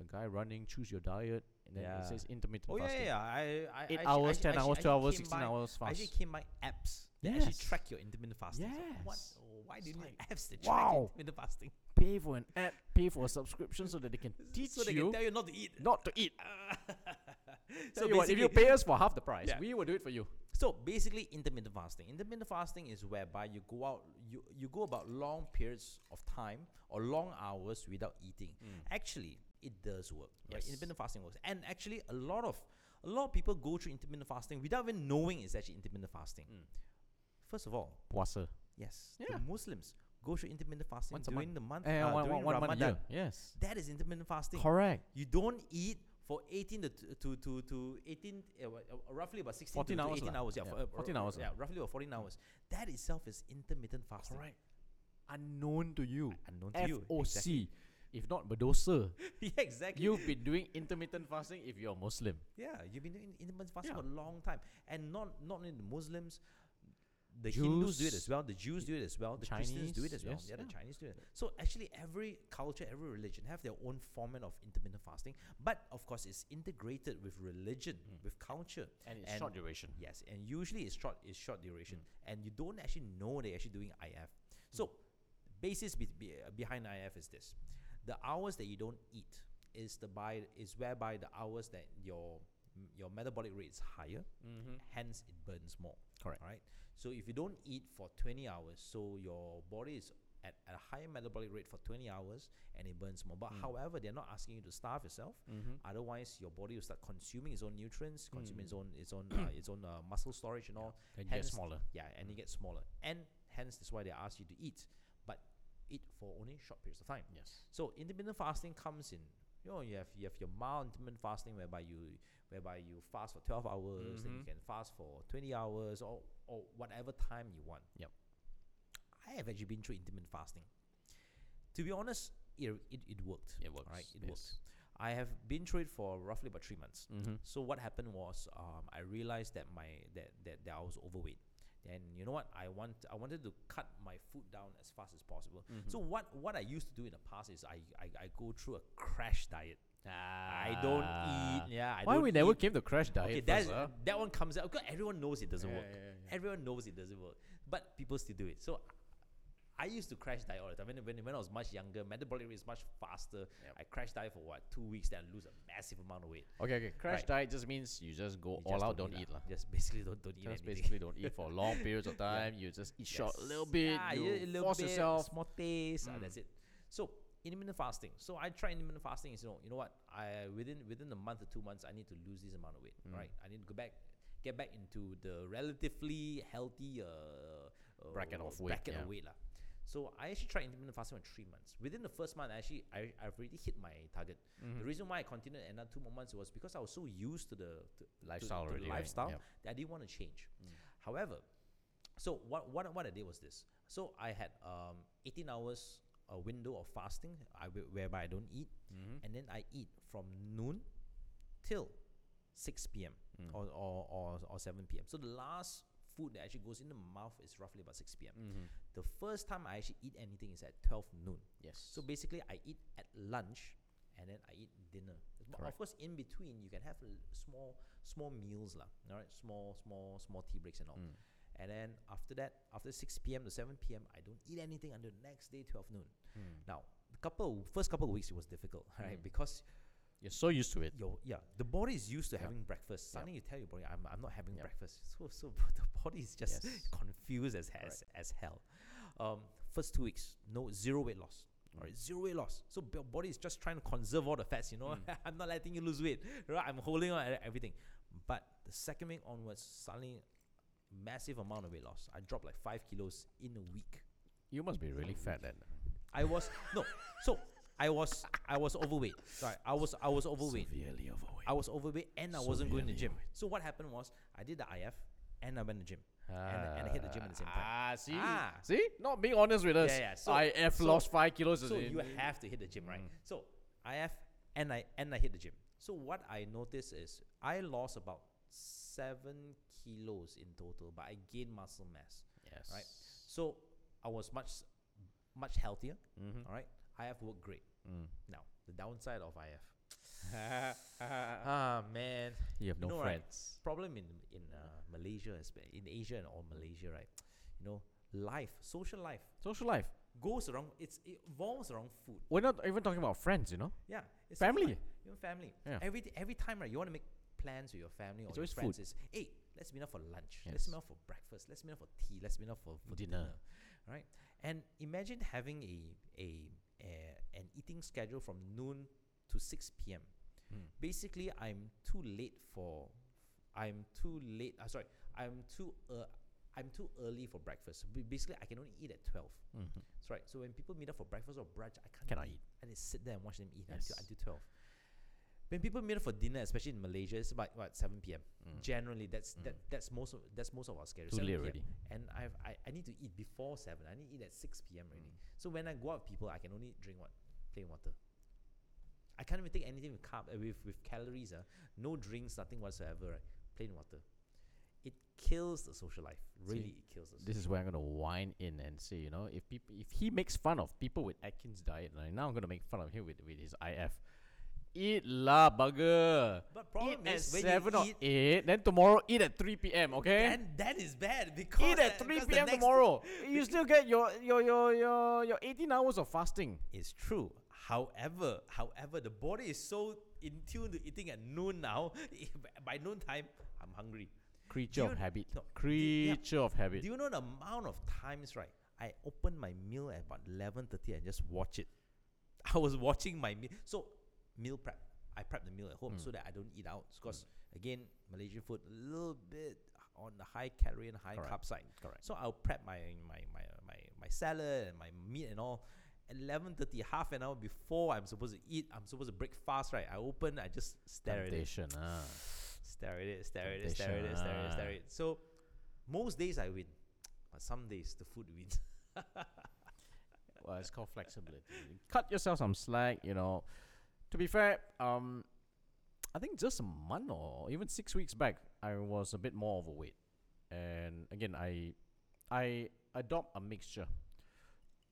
[SPEAKER 1] a guy running choose your diet and then
[SPEAKER 2] Yeah.
[SPEAKER 1] it says intermittent
[SPEAKER 2] oh yeah,
[SPEAKER 1] fasting.
[SPEAKER 2] yeah, yeah. I, I
[SPEAKER 1] Eight
[SPEAKER 2] actually-
[SPEAKER 1] hours,
[SPEAKER 2] actually-
[SPEAKER 1] ten
[SPEAKER 2] actually-
[SPEAKER 1] hours,
[SPEAKER 2] actually
[SPEAKER 1] twelve hours,
[SPEAKER 2] came
[SPEAKER 1] sixteen
[SPEAKER 2] by-
[SPEAKER 1] hours
[SPEAKER 2] I
[SPEAKER 1] fast.
[SPEAKER 2] actually came by apps that actually
[SPEAKER 1] Yes.
[SPEAKER 2] track your intermittent fasting. So what? Oh,
[SPEAKER 1] Yes.
[SPEAKER 2] Why do you need apps that track your
[SPEAKER 1] Wow.
[SPEAKER 2] intermittent fasting?
[SPEAKER 1] pay for an app, pay for a subscription so that they can teach
[SPEAKER 2] so they
[SPEAKER 1] you
[SPEAKER 2] can tell you not to eat.
[SPEAKER 1] not to eat.
[SPEAKER 2] so
[SPEAKER 1] So you what, if you
[SPEAKER 2] basically-
[SPEAKER 1] pay us for half the price,
[SPEAKER 2] Yeah.
[SPEAKER 1] we will do it for you.
[SPEAKER 2] So basically, intermittent fasting. Intermittent fasting is whereby you go out, you, you go about long periods of time or long hours without eating.
[SPEAKER 1] Hmm.
[SPEAKER 2] Actually, it does work. Right?
[SPEAKER 1] Yes.
[SPEAKER 2] Intermittent fasting works, and actually, a lot of a lot of people go through intermittent fasting without even knowing it's actually intermittent fasting. First of all,
[SPEAKER 1] Puasa.
[SPEAKER 2] yes,
[SPEAKER 1] Yeah.
[SPEAKER 2] the Muslims go through intermittent fasting
[SPEAKER 1] Once a
[SPEAKER 2] during
[SPEAKER 1] month.
[SPEAKER 2] the month,
[SPEAKER 1] Eh,
[SPEAKER 2] uh,
[SPEAKER 1] one- one-
[SPEAKER 2] during
[SPEAKER 1] one month
[SPEAKER 2] Ramadan.
[SPEAKER 1] year. Yes.
[SPEAKER 2] That is intermittent fasting.
[SPEAKER 1] Correct.
[SPEAKER 2] You don't eat for 18 to t- to to, to 18 uh, wha- uh, roughly about 16
[SPEAKER 1] 14
[SPEAKER 2] to, to
[SPEAKER 1] hours
[SPEAKER 2] 18
[SPEAKER 1] lah.
[SPEAKER 2] hours yeah,
[SPEAKER 1] Yeah,
[SPEAKER 2] for, uh,
[SPEAKER 1] 14
[SPEAKER 2] r-
[SPEAKER 1] hours
[SPEAKER 2] yeah roughly about 14 hours that itself is intermittent fasting
[SPEAKER 1] Correct. Unknown to you.
[SPEAKER 2] unknown to you
[SPEAKER 1] FOC.
[SPEAKER 2] exactly.
[SPEAKER 1] If not Berdosa,
[SPEAKER 2] yeah exactly
[SPEAKER 1] you've been doing intermittent fasting if you're Muslim.
[SPEAKER 2] yeah you've been doing intermittent fasting
[SPEAKER 1] Yeah.
[SPEAKER 2] for a long time and not not only the Muslims the Hindus do it
[SPEAKER 1] Jews,
[SPEAKER 2] as well the Jews do it as well the Christians do it
[SPEAKER 1] Chinese,
[SPEAKER 2] as well
[SPEAKER 1] yes,
[SPEAKER 2] yeah, the
[SPEAKER 1] yeah.
[SPEAKER 2] Chinese do it so actually every culture every religion have their own format of intermittent fasting but of course it's integrated with religion
[SPEAKER 1] Mm.
[SPEAKER 2] with culture
[SPEAKER 1] And it's
[SPEAKER 2] And-
[SPEAKER 1] short duration.
[SPEAKER 2] Yes, and usually it's short it's short duration, and you don't actually know they're actually doing IF. So, basis be, be, uh, behind IF is this: the hours that you don't eat is the by is whereby the hours that your your metabolic rate is higher, hence it burns more.
[SPEAKER 1] Mm-hmm. Correct.
[SPEAKER 2] All right. So if you don't eat for 20 hours, so your body is at a higher metabolic rate for 20 hours and it burns more. But
[SPEAKER 1] Mm.
[SPEAKER 2] however, they're not asking you to starve yourself.
[SPEAKER 1] Mm-hmm.
[SPEAKER 2] Otherwise, your body will start consuming its own nutrients, consuming
[SPEAKER 1] Mm.
[SPEAKER 2] its own its own uh, its own uh, muscle storage and all.
[SPEAKER 1] And get
[SPEAKER 2] Hence-
[SPEAKER 1] smaller.
[SPEAKER 2] Yeah, and it gets smaller, and hence that's why they ask you to eat, but eat for only short periods of time.
[SPEAKER 1] Yes.
[SPEAKER 2] So intermittent fasting comes in. You know, you have you have your mild intermittent fasting whereby you whereby you fast for twelve hours, then you
[SPEAKER 1] Mhm.
[SPEAKER 2] can fast for twenty hours or or whatever time you want.
[SPEAKER 1] Yep.
[SPEAKER 2] I have actually been through intermittent fasting. To be honest, it it, it worked.
[SPEAKER 1] It works.
[SPEAKER 2] Right, it works. I have been through it for roughly about three months.
[SPEAKER 1] Mm-hmm.
[SPEAKER 2] So what happened was um, I realized that my that, that that I was overweight. And you know what? I want I wanted to cut my food down as fast as possible.
[SPEAKER 1] Mm-hmm.
[SPEAKER 2] So what what I used to do in the past is I I, I go through a crash diet. I don't eat. Yeah. I
[SPEAKER 1] Ah. Why
[SPEAKER 2] don't
[SPEAKER 1] we never
[SPEAKER 2] eat.
[SPEAKER 1] came to crash diet?
[SPEAKER 2] Okay,
[SPEAKER 1] first,
[SPEAKER 2] that's,
[SPEAKER 1] huh?
[SPEAKER 2] that one comes out. Because everyone knows it doesn't
[SPEAKER 1] Yeah,
[SPEAKER 2] work.
[SPEAKER 1] yeah, yeah.
[SPEAKER 2] Everyone knows it doesn't work, but people still do it. So I used to crash diet all the time. When, when, when I was much younger, metabolic rate is much faster.
[SPEAKER 1] Yep.
[SPEAKER 2] I crash diet for what two weeks, then I lose a massive amount of weight.
[SPEAKER 1] Okay, okay. Crash
[SPEAKER 2] Right.
[SPEAKER 1] diet just means you just go
[SPEAKER 2] You
[SPEAKER 1] all
[SPEAKER 2] just
[SPEAKER 1] out, don't eat.
[SPEAKER 2] lah.
[SPEAKER 1] lah.
[SPEAKER 2] Just basically don't don't eat
[SPEAKER 1] Just
[SPEAKER 2] anything.
[SPEAKER 1] basically don't eat for long periods of time. You just eat short a little
[SPEAKER 2] Yes. Ah,
[SPEAKER 1] bit.
[SPEAKER 2] Yeah,
[SPEAKER 1] you
[SPEAKER 2] eat a little
[SPEAKER 1] force
[SPEAKER 2] bit,
[SPEAKER 1] yourself. Mm.
[SPEAKER 2] Small taste. ah, that's it. So intermittent fasting. So I try intermittent fasting. Is you know you know what I within within a month or two months I need to lose this amount of weight.
[SPEAKER 1] Mm.
[SPEAKER 2] Right. I need to go back get back into the relatively healthy uh, uh,
[SPEAKER 1] Bracket of weight,
[SPEAKER 2] bracket
[SPEAKER 1] yeah.
[SPEAKER 2] of weight lah. So I actually tried intermittent fasting for three months. Within the first month, I actually I, I've already hit my target.
[SPEAKER 1] Mm-hmm.
[SPEAKER 2] The reason why I continued another two more months was because I was so used to the to,
[SPEAKER 1] Lifestyle
[SPEAKER 2] to, to
[SPEAKER 1] already,
[SPEAKER 2] the
[SPEAKER 1] right?
[SPEAKER 2] lifestyle
[SPEAKER 1] Yep. Mm.
[SPEAKER 2] that I didn't want to change. However, so what, what what I did was this. So I had um, 18 hours a window of fasting, I, whe- whereby I don't eat,
[SPEAKER 1] Mm-hmm.
[SPEAKER 2] and then I eat from noon till 6 p.m.
[SPEAKER 1] Mm.
[SPEAKER 2] Or, or, or or 7 p.m. So the last food that actually goes in the mouth is roughly about 6 p.m.
[SPEAKER 1] Mm-hmm.
[SPEAKER 2] The first time I actually eat anything is at 12 noon.
[SPEAKER 1] Yes.
[SPEAKER 2] So basically, I eat at lunch, and then I eat dinner. But
[SPEAKER 1] Correct.
[SPEAKER 2] of course, in between you can have l- small small meals lah. All right, small small small tea breaks and all. And then after that, after six p.m. to seven p.m., I don't eat anything until the next day twelve noon. Now, the couple first couple of weeks it was difficult, right? Because
[SPEAKER 1] You're so used to it.
[SPEAKER 2] your yeah, the body is used to
[SPEAKER 1] Yeah.
[SPEAKER 2] having breakfast.
[SPEAKER 1] Yeah.
[SPEAKER 2] Suddenly you tell your body, I'm, I'm not having
[SPEAKER 1] Yeah.
[SPEAKER 2] breakfast. So so the body is just
[SPEAKER 1] Yes.
[SPEAKER 2] confused as as, as hell. Um, first two weeks, no zero weight loss.
[SPEAKER 1] Mm.
[SPEAKER 2] All right, zero weight loss. So your body is just trying to conserve all the fats. You know,
[SPEAKER 1] Mm.
[SPEAKER 2] I'm not letting you lose weight. Right, I'm holding on e- everything. But the second week onwards, suddenly, massive amount of weight loss. I dropped like five kilos in a week.
[SPEAKER 1] You must be really fat then.
[SPEAKER 2] I was no, so I was I was overweight. Sorry, I was I was overweight.
[SPEAKER 1] Severely overweight.
[SPEAKER 2] I was overweight and I wasn't going to
[SPEAKER 1] Severely
[SPEAKER 2] gym. So what happened was I did the IF and I went to gym and, and I hit the gym at the same time.
[SPEAKER 1] Ah, see,
[SPEAKER 2] Ah.
[SPEAKER 1] see, not being honest with us.
[SPEAKER 2] Yeah, yeah, so-
[SPEAKER 1] IF
[SPEAKER 2] so-
[SPEAKER 1] lost five kilos.
[SPEAKER 2] So
[SPEAKER 1] in-
[SPEAKER 2] you have to hit the gym, right? So IF and I and I hit the gym. So what I noticed is I lost about seven kilos in total, but I gained muscle mass.
[SPEAKER 1] yes.
[SPEAKER 2] right? So I was much much healthier.
[SPEAKER 1] Mm-hmm.
[SPEAKER 2] All right, IF worked great. Now the downside of IF. ah man,
[SPEAKER 1] You have no
[SPEAKER 2] know, right?
[SPEAKER 1] friends.
[SPEAKER 2] problem in in uh, Malaysia, espe- in Asia and all Malaysia, right? You know, life, social life
[SPEAKER 1] Social life.
[SPEAKER 2] goes around. It's it revolves around food.
[SPEAKER 1] We're not even talking about friends, you know.
[SPEAKER 2] Yeah, it's social
[SPEAKER 1] Family.
[SPEAKER 2] life, Your family.
[SPEAKER 1] Yeah.
[SPEAKER 2] Every t- every time, right? You want to make plans with your family or
[SPEAKER 1] It's
[SPEAKER 2] your
[SPEAKER 1] always
[SPEAKER 2] friends.
[SPEAKER 1] food.
[SPEAKER 2] It's hey, let's meet up for lunch.
[SPEAKER 1] Yes.
[SPEAKER 2] Let's meet up for breakfast. Let's meet up for tea. Let's meet up for, for
[SPEAKER 1] Dinner.
[SPEAKER 2] dinner. right? And imagine having a a, a an eating schedule from noon to six p.m.
[SPEAKER 1] Mm.
[SPEAKER 2] Basically, I'm too late for. I'm too late. Uh, sorry, I'm too. Uh, I'm too early for breakfast. Ba- Basically, I can only eat at twelve.
[SPEAKER 1] Mm-hmm.
[SPEAKER 2] That's right. So when people meet up for breakfast or brunch, I can't
[SPEAKER 1] Cannot eat.
[SPEAKER 2] I just sit there and watch them eat until
[SPEAKER 1] Yes.
[SPEAKER 2] until twelve. When people meet up for dinner, especially in Malaysia, it's about what seven p.m. Generally, that's that that's most of that's most of our schedule.
[SPEAKER 1] Mm. Mm-hmm. Too late already.
[SPEAKER 2] 7 p.m. And I've, I I need to eat before seven. I need to eat at six p.m. already.
[SPEAKER 1] Mm.
[SPEAKER 2] So when I go out, with people, I can only drink what plain water. I can't even take anything with carb uh, with with calories. Uh, no drinks, nothing whatsoever. Right, plain water. It kills the social life. Really, it kills the social
[SPEAKER 1] This is where I'm gonna whine in and say, you know, if people, if he makes fun of people with Atkins diet, and now I'm gonna make fun of him with, with his IF. Eat la bugger.
[SPEAKER 2] But
[SPEAKER 1] Eat
[SPEAKER 2] problem
[SPEAKER 1] at
[SPEAKER 2] is when you
[SPEAKER 1] seven or
[SPEAKER 2] eat-
[SPEAKER 1] eight. Then tomorrow eat at three p.m. Okay.
[SPEAKER 2] And that is bad because
[SPEAKER 1] eat at
[SPEAKER 2] that-
[SPEAKER 1] 3
[SPEAKER 2] because the
[SPEAKER 1] p.m.
[SPEAKER 2] next-
[SPEAKER 1] tomorrow. You still get your your your your your 18 hours of fasting.
[SPEAKER 2] It's true. However, however, the body is so in tune to eating at noon now. By noon time, I'm hungry.
[SPEAKER 1] Creature
[SPEAKER 2] Do
[SPEAKER 1] of
[SPEAKER 2] you-
[SPEAKER 1] habit.
[SPEAKER 2] no, do- yeah.
[SPEAKER 1] Creature of habit.
[SPEAKER 2] Do you know the amount of times, right? I open my meal at about eleven thirty and just watch it. I was watching my meal. So meal prep. I prep the meal at
[SPEAKER 1] Mm.
[SPEAKER 2] home so that I don't eat out. Because again, Malaysian food a little bit on the high calorie and high
[SPEAKER 1] Correct.
[SPEAKER 2] carb side.
[SPEAKER 1] Correct.
[SPEAKER 2] So I'll prep my my my my, my salad and my meat and all. Eleven thirty, half an hour before I'm supposed to eat, I'm supposed to break fast, right? I open, I just stare at it,
[SPEAKER 1] Temptation. Ah.
[SPEAKER 2] stare at it, stare at it, stare at it, stare at it, stare at
[SPEAKER 1] Temptation,
[SPEAKER 2] it. So most days I win, but some days the food wins.
[SPEAKER 1] Well, it's called flexibility. Cut yourself some slack, you know. To be fair, um, I think just a month or even six weeks back, I was a bit more overweight, and again, I, I adopt a mixture.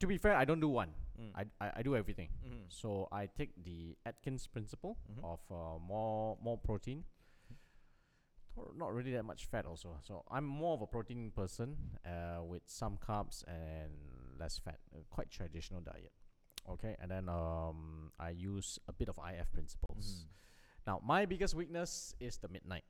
[SPEAKER 1] To be fair, I don't do one. I, I, I do everything. Mm-hmm. So I take the Atkins principle
[SPEAKER 2] Mhm.
[SPEAKER 1] of uh, more more protein. Not- Not really that much fat also. So I'm more of a protein person uh, with some carbs and less fat. Uh, quite traditional diet. Okay, and then um, I use a bit of IF principles. Now my biggest weakness is the midnight.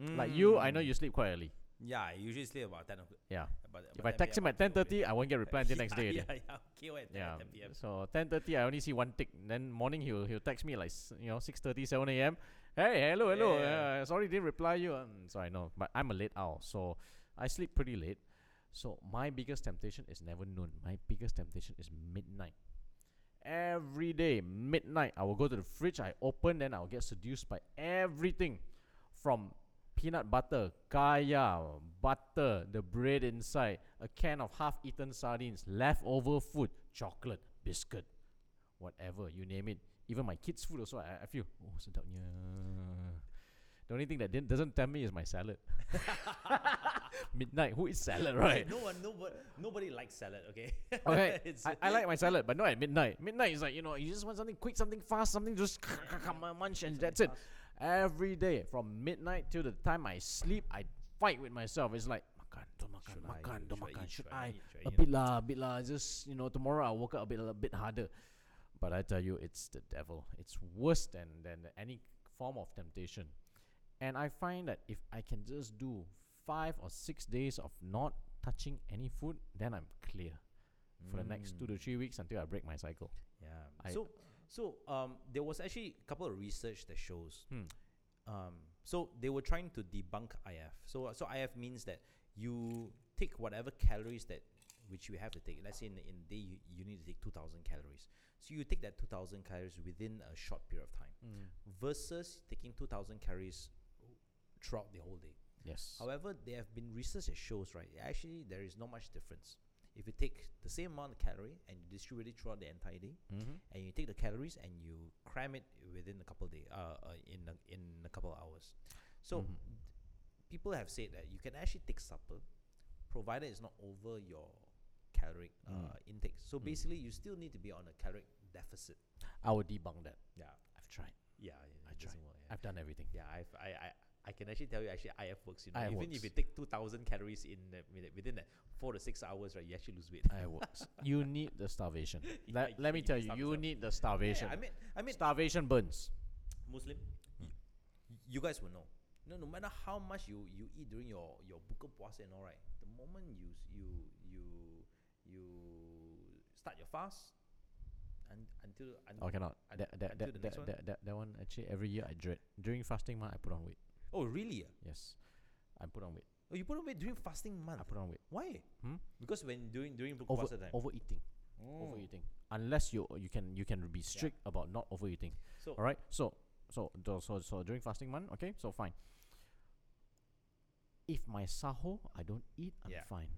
[SPEAKER 1] Mm. Like you, I know you sleep quite early.
[SPEAKER 2] Mm-hmm. Yeah, I usually sleep about ten o'clock.
[SPEAKER 1] Yeah.
[SPEAKER 2] About,
[SPEAKER 1] If I text him at ten thirty, I won't get reply until next day.
[SPEAKER 2] Yeah,
[SPEAKER 1] already.
[SPEAKER 2] yeah, yeah. Okay,
[SPEAKER 1] Yeah.
[SPEAKER 2] at 10 p.m.
[SPEAKER 1] So ten thirty, I only see one tick. Then morning, he'll he'll text me like s- you know six thirty, seven a.m. Hey, hello, hello.
[SPEAKER 2] Yeah.
[SPEAKER 1] Uh, sorry, didn't reply you. Um, so I know, but I'm a late owl, so I sleep pretty late. So my biggest temptation is never noon. My biggest temptation is midnight. Every day, midnight, I will go to the fridge. I open, then I'll get seduced by everything, from peanut butter, kaya, butter, the bread inside, a can of half-eaten sardines, leftover food, chocolate, biscuit, whatever you name it. Even my kids' food also, I, I feel oh sedapnya. The only thing that didn't, doesn't tempt me is my salad. Midnight, who eats salad, right?
[SPEAKER 2] No one, no one, nobody likes salad. Okay.
[SPEAKER 1] Okay,
[SPEAKER 2] It's-
[SPEAKER 1] I, I like my salad, but not at midnight. Midnight is like you know you just want something quick, something fast, something just munch and that's it. Every day from midnight till the time I sleep, I fight with myself. It's like makan, don't makan,
[SPEAKER 2] Should I
[SPEAKER 1] makan, don't
[SPEAKER 2] eat? Should I
[SPEAKER 1] makan.
[SPEAKER 2] eat?
[SPEAKER 1] Should
[SPEAKER 2] Should I
[SPEAKER 1] I?
[SPEAKER 2] eat? Should I
[SPEAKER 1] A
[SPEAKER 2] eat?
[SPEAKER 1] bit lah, a bit lah. Just you know tomorrow I'll work out a bit, a bit harder. But I tell you, it's the devil. It's worse than than any form of temptation. And I find that if I can just do five or six days of not touching any food, then I'm clear for the next two to three weeks until I break my cycle.
[SPEAKER 2] Yeah.
[SPEAKER 1] I-
[SPEAKER 2] so so um, there was actually a couple of research that shows.
[SPEAKER 1] Hmm.
[SPEAKER 2] Um, so they were trying to debunk IF. So so IF means that you take whatever calories that which you have to take. Let's say in the, in the day you, you need to take two thousand calories. So you take that two thousand calories within a short period of time,
[SPEAKER 1] Mm.
[SPEAKER 2] versus taking two thousand calories throughout the whole day.
[SPEAKER 1] Yes.
[SPEAKER 2] However, there have been research that shows, right, actually there is not much difference. If you take the same amount of calorie and you distribute it throughout the entire day,
[SPEAKER 1] mm-hmm.
[SPEAKER 2] and you take the calories and you cram it within a couple of day, uh, uh, in a, in a couple of hours. So
[SPEAKER 1] Mhm.
[SPEAKER 2] people have said that you can actually take supper, provided it's not over your caloric uh,
[SPEAKER 1] Mm.
[SPEAKER 2] intake. So
[SPEAKER 1] Mm.
[SPEAKER 2] basically, you still need to be on a caloric deficit.
[SPEAKER 1] I will debunk that.
[SPEAKER 2] Yeah,
[SPEAKER 1] I've tried.
[SPEAKER 2] yeah,
[SPEAKER 1] I tried.
[SPEAKER 2] it doesn't work, yeah.
[SPEAKER 1] I've done everything.
[SPEAKER 2] Yeah, I've, I, I, I can actually tell you actually IF works. You know,
[SPEAKER 1] IF
[SPEAKER 2] even
[SPEAKER 1] works.
[SPEAKER 2] if you take two thousand calories in uh, within- within that four to six hours, right, you actually lose weight.
[SPEAKER 1] I works. you need the starvation.
[SPEAKER 2] Yeah,
[SPEAKER 1] Let, let me
[SPEAKER 2] you
[SPEAKER 1] tell
[SPEAKER 2] need
[SPEAKER 1] you, you
[SPEAKER 2] starvation.
[SPEAKER 1] need the
[SPEAKER 2] Yeah,
[SPEAKER 1] starvation.
[SPEAKER 2] I mean, I mean,
[SPEAKER 1] starvation burns.
[SPEAKER 2] Muslim, y- you guys will know. No, no matter how much you, you eat during your your buka puasa and all right, the moment you s- you you you start your fast, and until un-
[SPEAKER 1] I Oh, cannot. That
[SPEAKER 2] un-
[SPEAKER 1] that
[SPEAKER 2] until the
[SPEAKER 1] that,
[SPEAKER 2] next
[SPEAKER 1] that,
[SPEAKER 2] one?
[SPEAKER 1] that, that that one actually every year I dread. During fasting month I put on weight.
[SPEAKER 2] oh really? ah?
[SPEAKER 1] Yes. I put on weight.
[SPEAKER 2] Oh, you put on weight during fasting
[SPEAKER 1] I
[SPEAKER 2] month.
[SPEAKER 1] put on weight.
[SPEAKER 2] Why?
[SPEAKER 1] Hmm?
[SPEAKER 2] Because when during during buka
[SPEAKER 1] Over,
[SPEAKER 2] puasa time,
[SPEAKER 1] overeating.
[SPEAKER 2] Mm.
[SPEAKER 1] Overeating. Unless you you can you can be strict about not overeating.
[SPEAKER 2] so
[SPEAKER 1] All right. So so do- so so during fasting month, okay? So fine. If my sahur I don't eat, I'm
[SPEAKER 2] Yeah.
[SPEAKER 1] fine.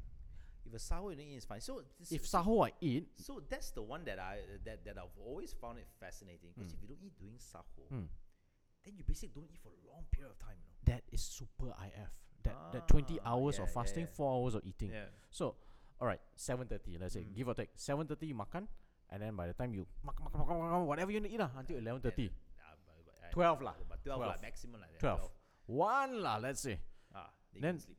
[SPEAKER 2] if a sour you don't eat, it's fine. So this
[SPEAKER 1] If
[SPEAKER 2] is-
[SPEAKER 1] sahur I eat,
[SPEAKER 2] So that's the one that I that, that I've always found it fascinating because
[SPEAKER 1] Mm.
[SPEAKER 2] if you don't eat during sahur,
[SPEAKER 1] hmm,
[SPEAKER 2] then you basically don't eat for a long period of time. You know?
[SPEAKER 1] that is super IF. That that 20
[SPEAKER 2] Ah,
[SPEAKER 1] hours
[SPEAKER 2] yeah,
[SPEAKER 1] of
[SPEAKER 2] yeah,
[SPEAKER 1] fasting,
[SPEAKER 2] yeah.
[SPEAKER 1] 4 hours of eating.
[SPEAKER 2] Yeah.
[SPEAKER 1] So, all right, seven thirty. Let's say
[SPEAKER 2] Mm.
[SPEAKER 1] give or take seven thirty you makan, and then by the time you makan makan makan, makan whatever you want to eat lah until eleven thirty.
[SPEAKER 2] Ah, but- but I-
[SPEAKER 1] 12 lah.
[SPEAKER 2] But twelve, lah,
[SPEAKER 1] 12.
[SPEAKER 2] maximum like that.
[SPEAKER 1] 12. One lah, let's say.
[SPEAKER 2] Ah, then, you
[SPEAKER 1] Then-
[SPEAKER 2] can sleep.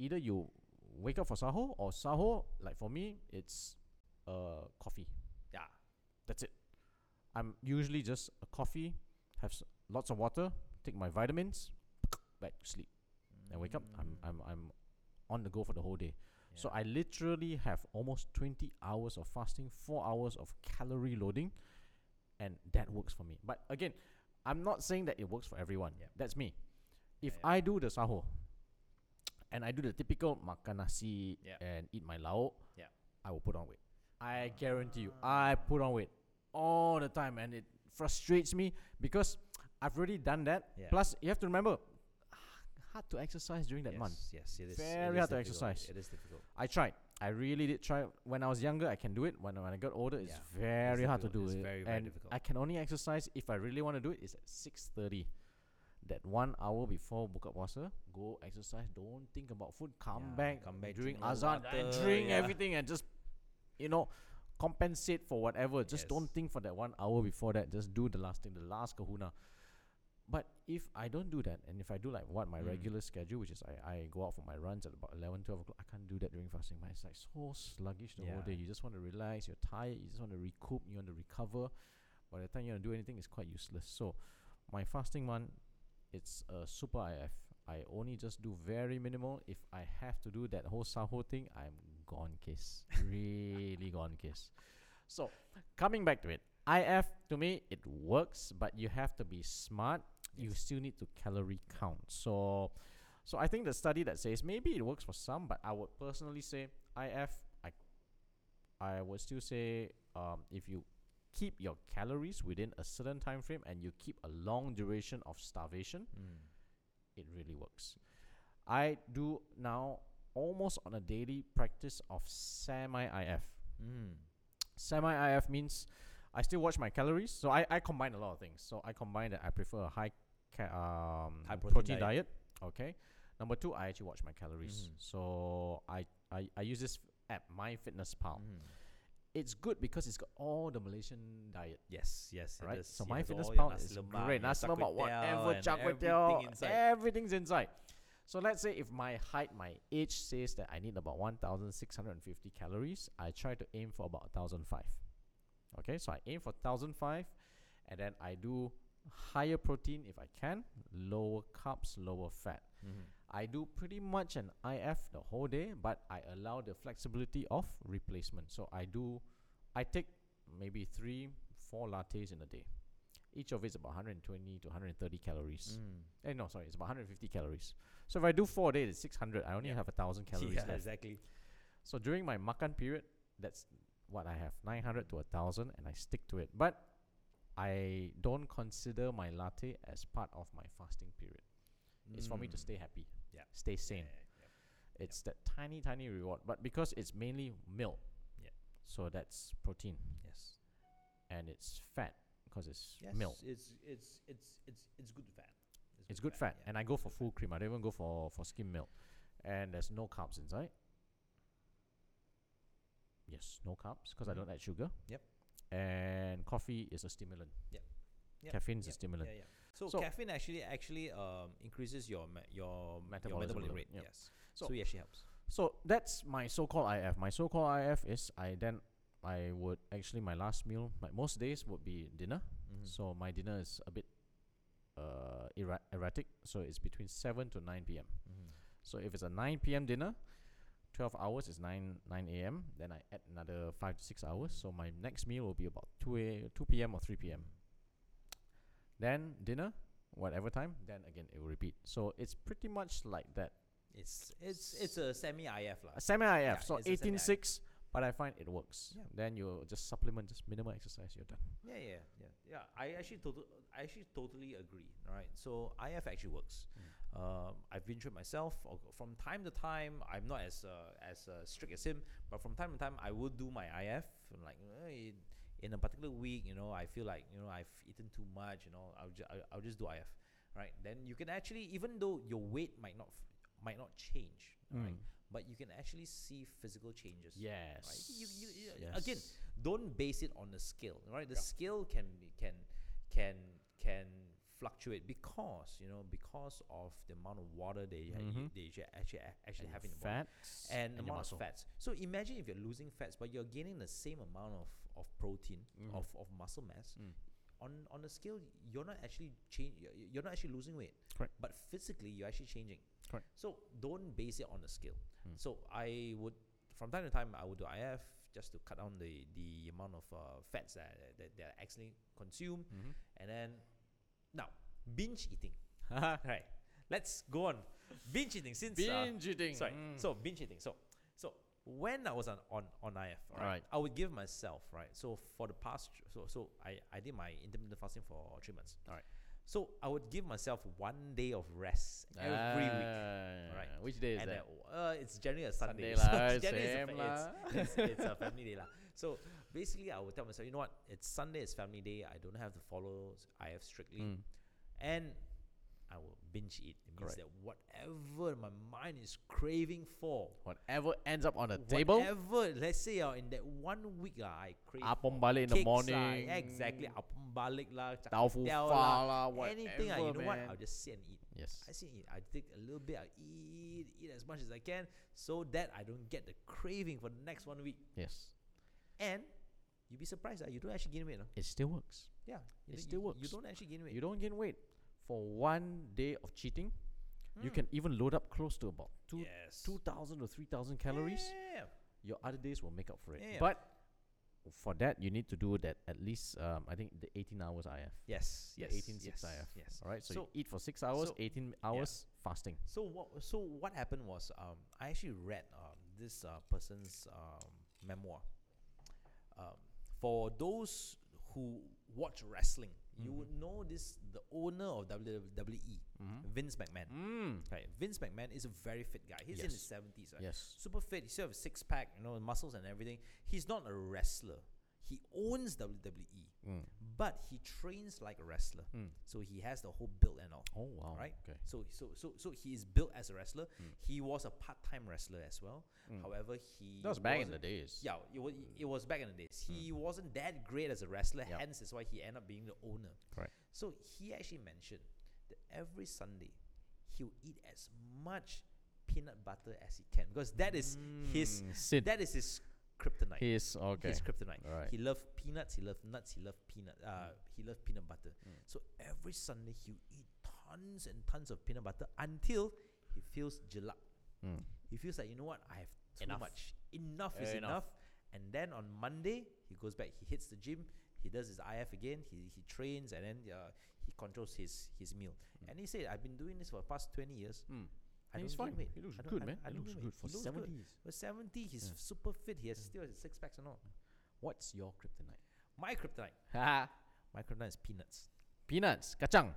[SPEAKER 1] Either you wake up for sahur or sahur. Like for me, it's uh coffee.
[SPEAKER 2] Yeah.
[SPEAKER 1] That's it. I'm usually just a coffee, have s- lots of water, take my vitamins, back to sleep. Then wake up. I'm I'm I'm on the go for the whole day. So
[SPEAKER 2] Mm. Yeah.
[SPEAKER 1] I literally have almost 20 hours of fasting, 4 hours of calorie loading, and that works for me. But again, I'm not saying that it works for everyone.
[SPEAKER 2] Yep.
[SPEAKER 1] That's me. If
[SPEAKER 2] Yeah, yeah.
[SPEAKER 1] I do the sahur and I do the typical makan nasi
[SPEAKER 2] Yeah.
[SPEAKER 1] and eat my lauk,
[SPEAKER 2] Yeah. Ah.
[SPEAKER 1] I will put on weight. I guarantee you, I put on weight all the time and it frustrates me because I've already done that.
[SPEAKER 2] Yeah.
[SPEAKER 1] Plus, you have to remember, hard to exercise during that
[SPEAKER 2] yes,
[SPEAKER 1] month.
[SPEAKER 2] Yes, it is. it
[SPEAKER 1] Very
[SPEAKER 2] is
[SPEAKER 1] hard to
[SPEAKER 2] difficult,
[SPEAKER 1] exercise.
[SPEAKER 2] It is difficult.
[SPEAKER 1] I tried. I really did try. When I was younger, I can do it. When, when I got older, it's
[SPEAKER 2] Yeah,
[SPEAKER 1] very
[SPEAKER 2] it's
[SPEAKER 1] hard to do
[SPEAKER 2] difficult. It's
[SPEAKER 1] it.
[SPEAKER 2] very, very
[SPEAKER 1] and
[SPEAKER 2] difficult.
[SPEAKER 1] I can only exercise if I really want to do it. It's at six thirty. That one hour before buka puasa, go exercise. Don't think about food. Come
[SPEAKER 2] Yeah,
[SPEAKER 1] back.
[SPEAKER 2] come back,
[SPEAKER 1] Drink
[SPEAKER 2] drink your
[SPEAKER 1] azan and
[SPEAKER 2] water,
[SPEAKER 1] drink
[SPEAKER 2] yeah.
[SPEAKER 1] everything and just, you know, compensate for whatever. Just don't
[SPEAKER 2] Yes.
[SPEAKER 1] think for that one hour before that. Just do the last thing, the last kahuna. But if I don't do that, and if I do like what my
[SPEAKER 2] Mm.
[SPEAKER 1] regular schedule, which is I, I go out for my runs at about 11, 12 o'clock, I can't do that during fasting. Man. It's like so sluggish the whole
[SPEAKER 2] Yeah.
[SPEAKER 1] day. You just want to relax, you're tired, you just want to recoup, you want to recover. By the time you want to do anything, it's quite useless. So my fasting one, it's a super IF. I only just do very minimal. If I have to do that whole sahur thing, I'm gone case. really gone case. So coming back to it, IF to me it works, but you have to be smart. You still need to calorie count. So, so I think the study that says maybe it works for some, but I would personally say IF. I, I would still say um, if you keep your calories within a certain time frame and you keep a long duration of starvation,
[SPEAKER 2] Mm.
[SPEAKER 1] it really works. I do now almost on a daily practice of semi IF.
[SPEAKER 2] Mm.
[SPEAKER 1] Semi IF means I still watch my calories. So I, I combine a lot of things. So I combine that I prefer a high ca- um,
[SPEAKER 2] High
[SPEAKER 1] protein,
[SPEAKER 2] protein
[SPEAKER 1] diet. Mm-hmm. Okay. Number two, I actually watch my calories.
[SPEAKER 2] Mhm.
[SPEAKER 1] So I, I, I use this app, MyFitnessPal.
[SPEAKER 2] Mm.
[SPEAKER 1] It's good because it's got all the Malaysian diet.
[SPEAKER 2] Yes, yes. it
[SPEAKER 1] Right,
[SPEAKER 2] is.
[SPEAKER 1] so
[SPEAKER 2] It
[SPEAKER 1] my
[SPEAKER 2] has
[SPEAKER 1] fitness
[SPEAKER 2] all your
[SPEAKER 1] pound is
[SPEAKER 2] nasi lemak,
[SPEAKER 1] great.
[SPEAKER 2] your
[SPEAKER 1] Nasi
[SPEAKER 2] char
[SPEAKER 1] lemak,
[SPEAKER 2] kway teow
[SPEAKER 1] whatever,
[SPEAKER 2] and
[SPEAKER 1] char kway
[SPEAKER 2] everything
[SPEAKER 1] teow, eh.
[SPEAKER 2] inside.
[SPEAKER 1] everything's inside. So let's say if my height, my age says that I need about 1,650 calories, I try to aim for about 1,005. Okay, so I aim for 1,005 and then I do higher protein if I can, lower carbs, lower fat.
[SPEAKER 2] Mhm.
[SPEAKER 1] I do pretty much an IF the whole day, but I allow the flexibility of replacement. So I do, I take maybe three, four lattes in a day. Each of it's about 120 to 130 calories.
[SPEAKER 2] Mm.
[SPEAKER 1] Eh, no, sorry, it's about 150 calories. So if I do four a day, it's 600. I only
[SPEAKER 2] Yeah.
[SPEAKER 1] have a thousand calories
[SPEAKER 2] yeah,
[SPEAKER 1] left.
[SPEAKER 2] exactly.
[SPEAKER 1] So during my makan period, that's what I have 900 to 1000 and I stick to it. But I don't consider my latte as part of my fasting period. It's for me to
[SPEAKER 2] Mm.
[SPEAKER 1] stay happy,
[SPEAKER 2] Yeah.
[SPEAKER 1] stay
[SPEAKER 2] Yeah,
[SPEAKER 1] sane.
[SPEAKER 2] yeah,
[SPEAKER 1] It's that tiny, tiny reward. But because it's mainly milk,
[SPEAKER 2] Yeah.
[SPEAKER 1] so that's protein
[SPEAKER 2] yeah. Yes.
[SPEAKER 1] and it's fat because it's
[SPEAKER 2] Yes.
[SPEAKER 1] milk.
[SPEAKER 2] It's it's it's it's it's good fat.
[SPEAKER 1] It's good fat,
[SPEAKER 2] yeah.
[SPEAKER 1] and I go for full cream. I don't even go for for skim milk, and there's no carbs inside. Yes, no carbs because I
[SPEAKER 2] Mhm.
[SPEAKER 1] don't add sugar.
[SPEAKER 2] Yep.
[SPEAKER 1] And coffee is a stimulant.
[SPEAKER 2] Yep. Yep.
[SPEAKER 1] Caffeine is a
[SPEAKER 2] Yep.
[SPEAKER 1] stimulant.
[SPEAKER 2] Yeah, yeah. So,
[SPEAKER 1] So-
[SPEAKER 2] caffeine actually actually um, increases your me- your m- your
[SPEAKER 1] Metabolism
[SPEAKER 2] metabolic
[SPEAKER 1] level,
[SPEAKER 2] rate.
[SPEAKER 1] yeah.
[SPEAKER 2] Yes. So,
[SPEAKER 1] So-
[SPEAKER 2] it actually helps.
[SPEAKER 1] So that's my so-called IF. My so-called IF is I then I would actually my last meal. Like most days would be dinner.
[SPEAKER 2] Hmm. Mm-hmm.
[SPEAKER 1] So my dinner is a bit uh erra- erratic. So it's between seven to nine p.m.
[SPEAKER 2] Mm-hmm.
[SPEAKER 1] So if it's a 9 p.m. dinner, 12 hours is 9 9 a.m. Then I add another five to six hours. So my next meal will be about 2 a, 2 p.m. or 3 p.m. Then dinner, whatever time. Then again it will repeat. So it's pretty much like that.
[SPEAKER 2] It's it's it's a semi IF lah.
[SPEAKER 1] A semi IF.
[SPEAKER 2] Yeah,
[SPEAKER 1] so
[SPEAKER 2] it's a
[SPEAKER 1] 18
[SPEAKER 2] semi-IF.
[SPEAKER 1] 6, but I find it works.
[SPEAKER 2] Yeah.
[SPEAKER 1] Then you just supplement just minimal exercise. You're done.
[SPEAKER 2] Yeah, yeah, yeah, yeah. I actually total, I actually totally agree. All right, so IF actually works. Um, I've been through it myself. Or From time to time, I'm not as uh, as uh, strict as him, but from time to time, I would do my IF. and Like uh, in, in a particular week, you know, I feel like you know I've eaten too much. You know, I'll ju- I'll, I'll just do IF. Right, then you can actually, even though your weight might not f- might not change,
[SPEAKER 1] Mm.
[SPEAKER 2] right, but you can actually see physical changes.
[SPEAKER 1] Yes.
[SPEAKER 2] You- you- you- again, don't base it on the scale right the scale can be can can can fluctuate because you know because of the amount of water they ha-
[SPEAKER 1] Mhm.
[SPEAKER 2] they actually actually, actually have in the body
[SPEAKER 1] fat
[SPEAKER 2] and, the
[SPEAKER 1] your
[SPEAKER 2] amount
[SPEAKER 1] muscle.
[SPEAKER 2] of fats so imagine if you're losing fats but you're gaining the same amount of of protein
[SPEAKER 1] Mhm.
[SPEAKER 2] of, of muscle mass
[SPEAKER 1] Mm.
[SPEAKER 2] on on the scale you're not actually change you're- you're not actually losing weight
[SPEAKER 1] Correct.
[SPEAKER 2] but physically you're actually changing
[SPEAKER 1] Correct.
[SPEAKER 2] so don't base it on the scale
[SPEAKER 1] Mm.
[SPEAKER 2] so i would from time to time i would do if just to cut down the the amount of uh, fats that, that that I actually consume
[SPEAKER 1] Mm-hmm.
[SPEAKER 2] and then now binge eating
[SPEAKER 1] Mhm.
[SPEAKER 2] right let's go on binge eating since uh,
[SPEAKER 1] Binge eating.
[SPEAKER 2] Sorry.
[SPEAKER 1] Mm.
[SPEAKER 2] So binge eating. So so when I was on on, on IF, right,
[SPEAKER 1] Right.
[SPEAKER 2] I would give myself right. So for the past, so so I I did my intermittent fasting for three months.
[SPEAKER 1] Alright.
[SPEAKER 2] So I would give myself one day of rest every week.
[SPEAKER 1] Ah,
[SPEAKER 2] Right.
[SPEAKER 1] Which day is
[SPEAKER 2] and
[SPEAKER 1] that?
[SPEAKER 2] I- uh, it's generally a Sunday.
[SPEAKER 1] Sunday lah,
[SPEAKER 2] it's generally it's a
[SPEAKER 1] same
[SPEAKER 2] fa- it's, it's, it's a family day lah. So basically, I would tell myself, you know what? It's Sunday. It's family day. I don't have to follow IF strictly
[SPEAKER 1] Mm.
[SPEAKER 2] and I will binge eat. It
[SPEAKER 1] Correct.
[SPEAKER 2] means that whatever my mind is craving for,
[SPEAKER 1] Whatever ends up on the table,
[SPEAKER 2] whatever, let's say uh, in that one week uh, I crave
[SPEAKER 1] apom
[SPEAKER 2] for
[SPEAKER 1] balik in the
[SPEAKER 2] cakes lah,
[SPEAKER 1] morning.
[SPEAKER 2] uh, exactly, apom balik lah, char
[SPEAKER 1] Taufu
[SPEAKER 2] kway teow
[SPEAKER 1] pho
[SPEAKER 2] lah,
[SPEAKER 1] lah, whatever.
[SPEAKER 2] anything. Uh, you know what?
[SPEAKER 1] man.
[SPEAKER 2] I'll just sit and eat.
[SPEAKER 1] Yes.
[SPEAKER 2] I sit and eat. I take a little bit. I eat, eat as much as I can, so that I don't get the craving for the next one week.
[SPEAKER 1] Yes.
[SPEAKER 2] And you'd be surprised that you don't actually gain weight. Uh.
[SPEAKER 1] It still works.
[SPEAKER 2] Yeah,
[SPEAKER 1] It
[SPEAKER 2] you don't-
[SPEAKER 1] still
[SPEAKER 2] you, You
[SPEAKER 1] works.
[SPEAKER 2] don't actually gain weight.
[SPEAKER 1] You don't gain weight. For one day of cheating, you can
[SPEAKER 2] Hmm.
[SPEAKER 1] even load up close to about two,
[SPEAKER 2] yes.
[SPEAKER 1] 2,000 to 3,000 calories.
[SPEAKER 2] Yeah.
[SPEAKER 1] Your other days will make up for it.
[SPEAKER 2] Yeah, yeah.
[SPEAKER 1] But for that, you need to do that at least, um, I think, the 18 hours IF.
[SPEAKER 2] Yes.
[SPEAKER 1] The
[SPEAKER 2] Yes.
[SPEAKER 1] 18 6
[SPEAKER 2] yes,
[SPEAKER 1] IF.
[SPEAKER 2] Yes.
[SPEAKER 1] All right. So,
[SPEAKER 2] So-
[SPEAKER 1] you eat for six hours,
[SPEAKER 2] so-
[SPEAKER 1] 18 hours fasting.
[SPEAKER 2] So what? So what happened was, um, I actually read um, this uh, person's um, memoir. Um, for those who watch wrestling, you would
[SPEAKER 1] Mm-hmm.
[SPEAKER 2] know this. The owner of WWE, Vince McMahon.
[SPEAKER 1] Mm.
[SPEAKER 2] Right, Vince McMahon is a very fit guy. He's in his
[SPEAKER 1] Yes.
[SPEAKER 2] seventies. Right?
[SPEAKER 1] Yes.
[SPEAKER 2] super fit. He still have a six pack, you know, muscles and everything. He's not a wrestler. He owns WWE,
[SPEAKER 1] Mm.
[SPEAKER 2] but he trains like a wrestler.
[SPEAKER 1] Mm.
[SPEAKER 2] So he has the whole build and all.
[SPEAKER 1] Oh, wow.
[SPEAKER 2] Right?
[SPEAKER 1] Okay. Hmm.
[SPEAKER 2] So so so so he is built as a wrestler. He was a part-time wrestler as well. However, he
[SPEAKER 1] That was back in
[SPEAKER 2] wasn't-
[SPEAKER 1] the days.
[SPEAKER 2] Yeah, it was
[SPEAKER 1] Mm.
[SPEAKER 2] it was back in the days. He wasn't that great as a wrestler,
[SPEAKER 1] Yep.
[SPEAKER 2] hence is why he ended up being the owner.
[SPEAKER 1] Correct.
[SPEAKER 2] So he actually mentioned that every Sunday he'll eat as much peanut butter as he can because that is his
[SPEAKER 1] Mm, Sid.
[SPEAKER 2] that is his kryptonite.
[SPEAKER 1] His okay.
[SPEAKER 2] His kryptonite.
[SPEAKER 1] Alright. Mm.
[SPEAKER 2] He loved peanuts. He loved nuts. He loved peanut. Uh, he loved peanut butter. So every Sunday he will eat tons and tons of peanut butter until he feels jelak.
[SPEAKER 1] Mm.
[SPEAKER 2] He feels like you know what I have too
[SPEAKER 1] Enough.
[SPEAKER 2] much. Enough is
[SPEAKER 1] Enough.
[SPEAKER 2] enough. And then on Monday, he goes back. He hits the gym. He does his IF again. He, he trains and then uh, he controls his his meal.
[SPEAKER 1] Mm.
[SPEAKER 2] And he said, "I've been doing this for the past twenty years.
[SPEAKER 1] Mm.
[SPEAKER 2] I
[SPEAKER 1] And
[SPEAKER 2] don't
[SPEAKER 1] he's
[SPEAKER 2] gain
[SPEAKER 1] fine.
[SPEAKER 2] weight.
[SPEAKER 1] He looks
[SPEAKER 2] I don't-
[SPEAKER 1] good,
[SPEAKER 2] I
[SPEAKER 1] man.
[SPEAKER 2] don't- I
[SPEAKER 1] He
[SPEAKER 2] don't
[SPEAKER 1] looks
[SPEAKER 2] gain
[SPEAKER 1] good
[SPEAKER 2] weight.
[SPEAKER 1] for
[SPEAKER 2] He looks
[SPEAKER 1] seventies.
[SPEAKER 2] good. But seventy, he's
[SPEAKER 1] Yeah.
[SPEAKER 2] super fit. He has still has his six packs and all.
[SPEAKER 1] What's your kryptonite?
[SPEAKER 2] My kryptonite.
[SPEAKER 1] Haha.
[SPEAKER 2] My kryptonite is peanuts.
[SPEAKER 1] Peanuts, kacang.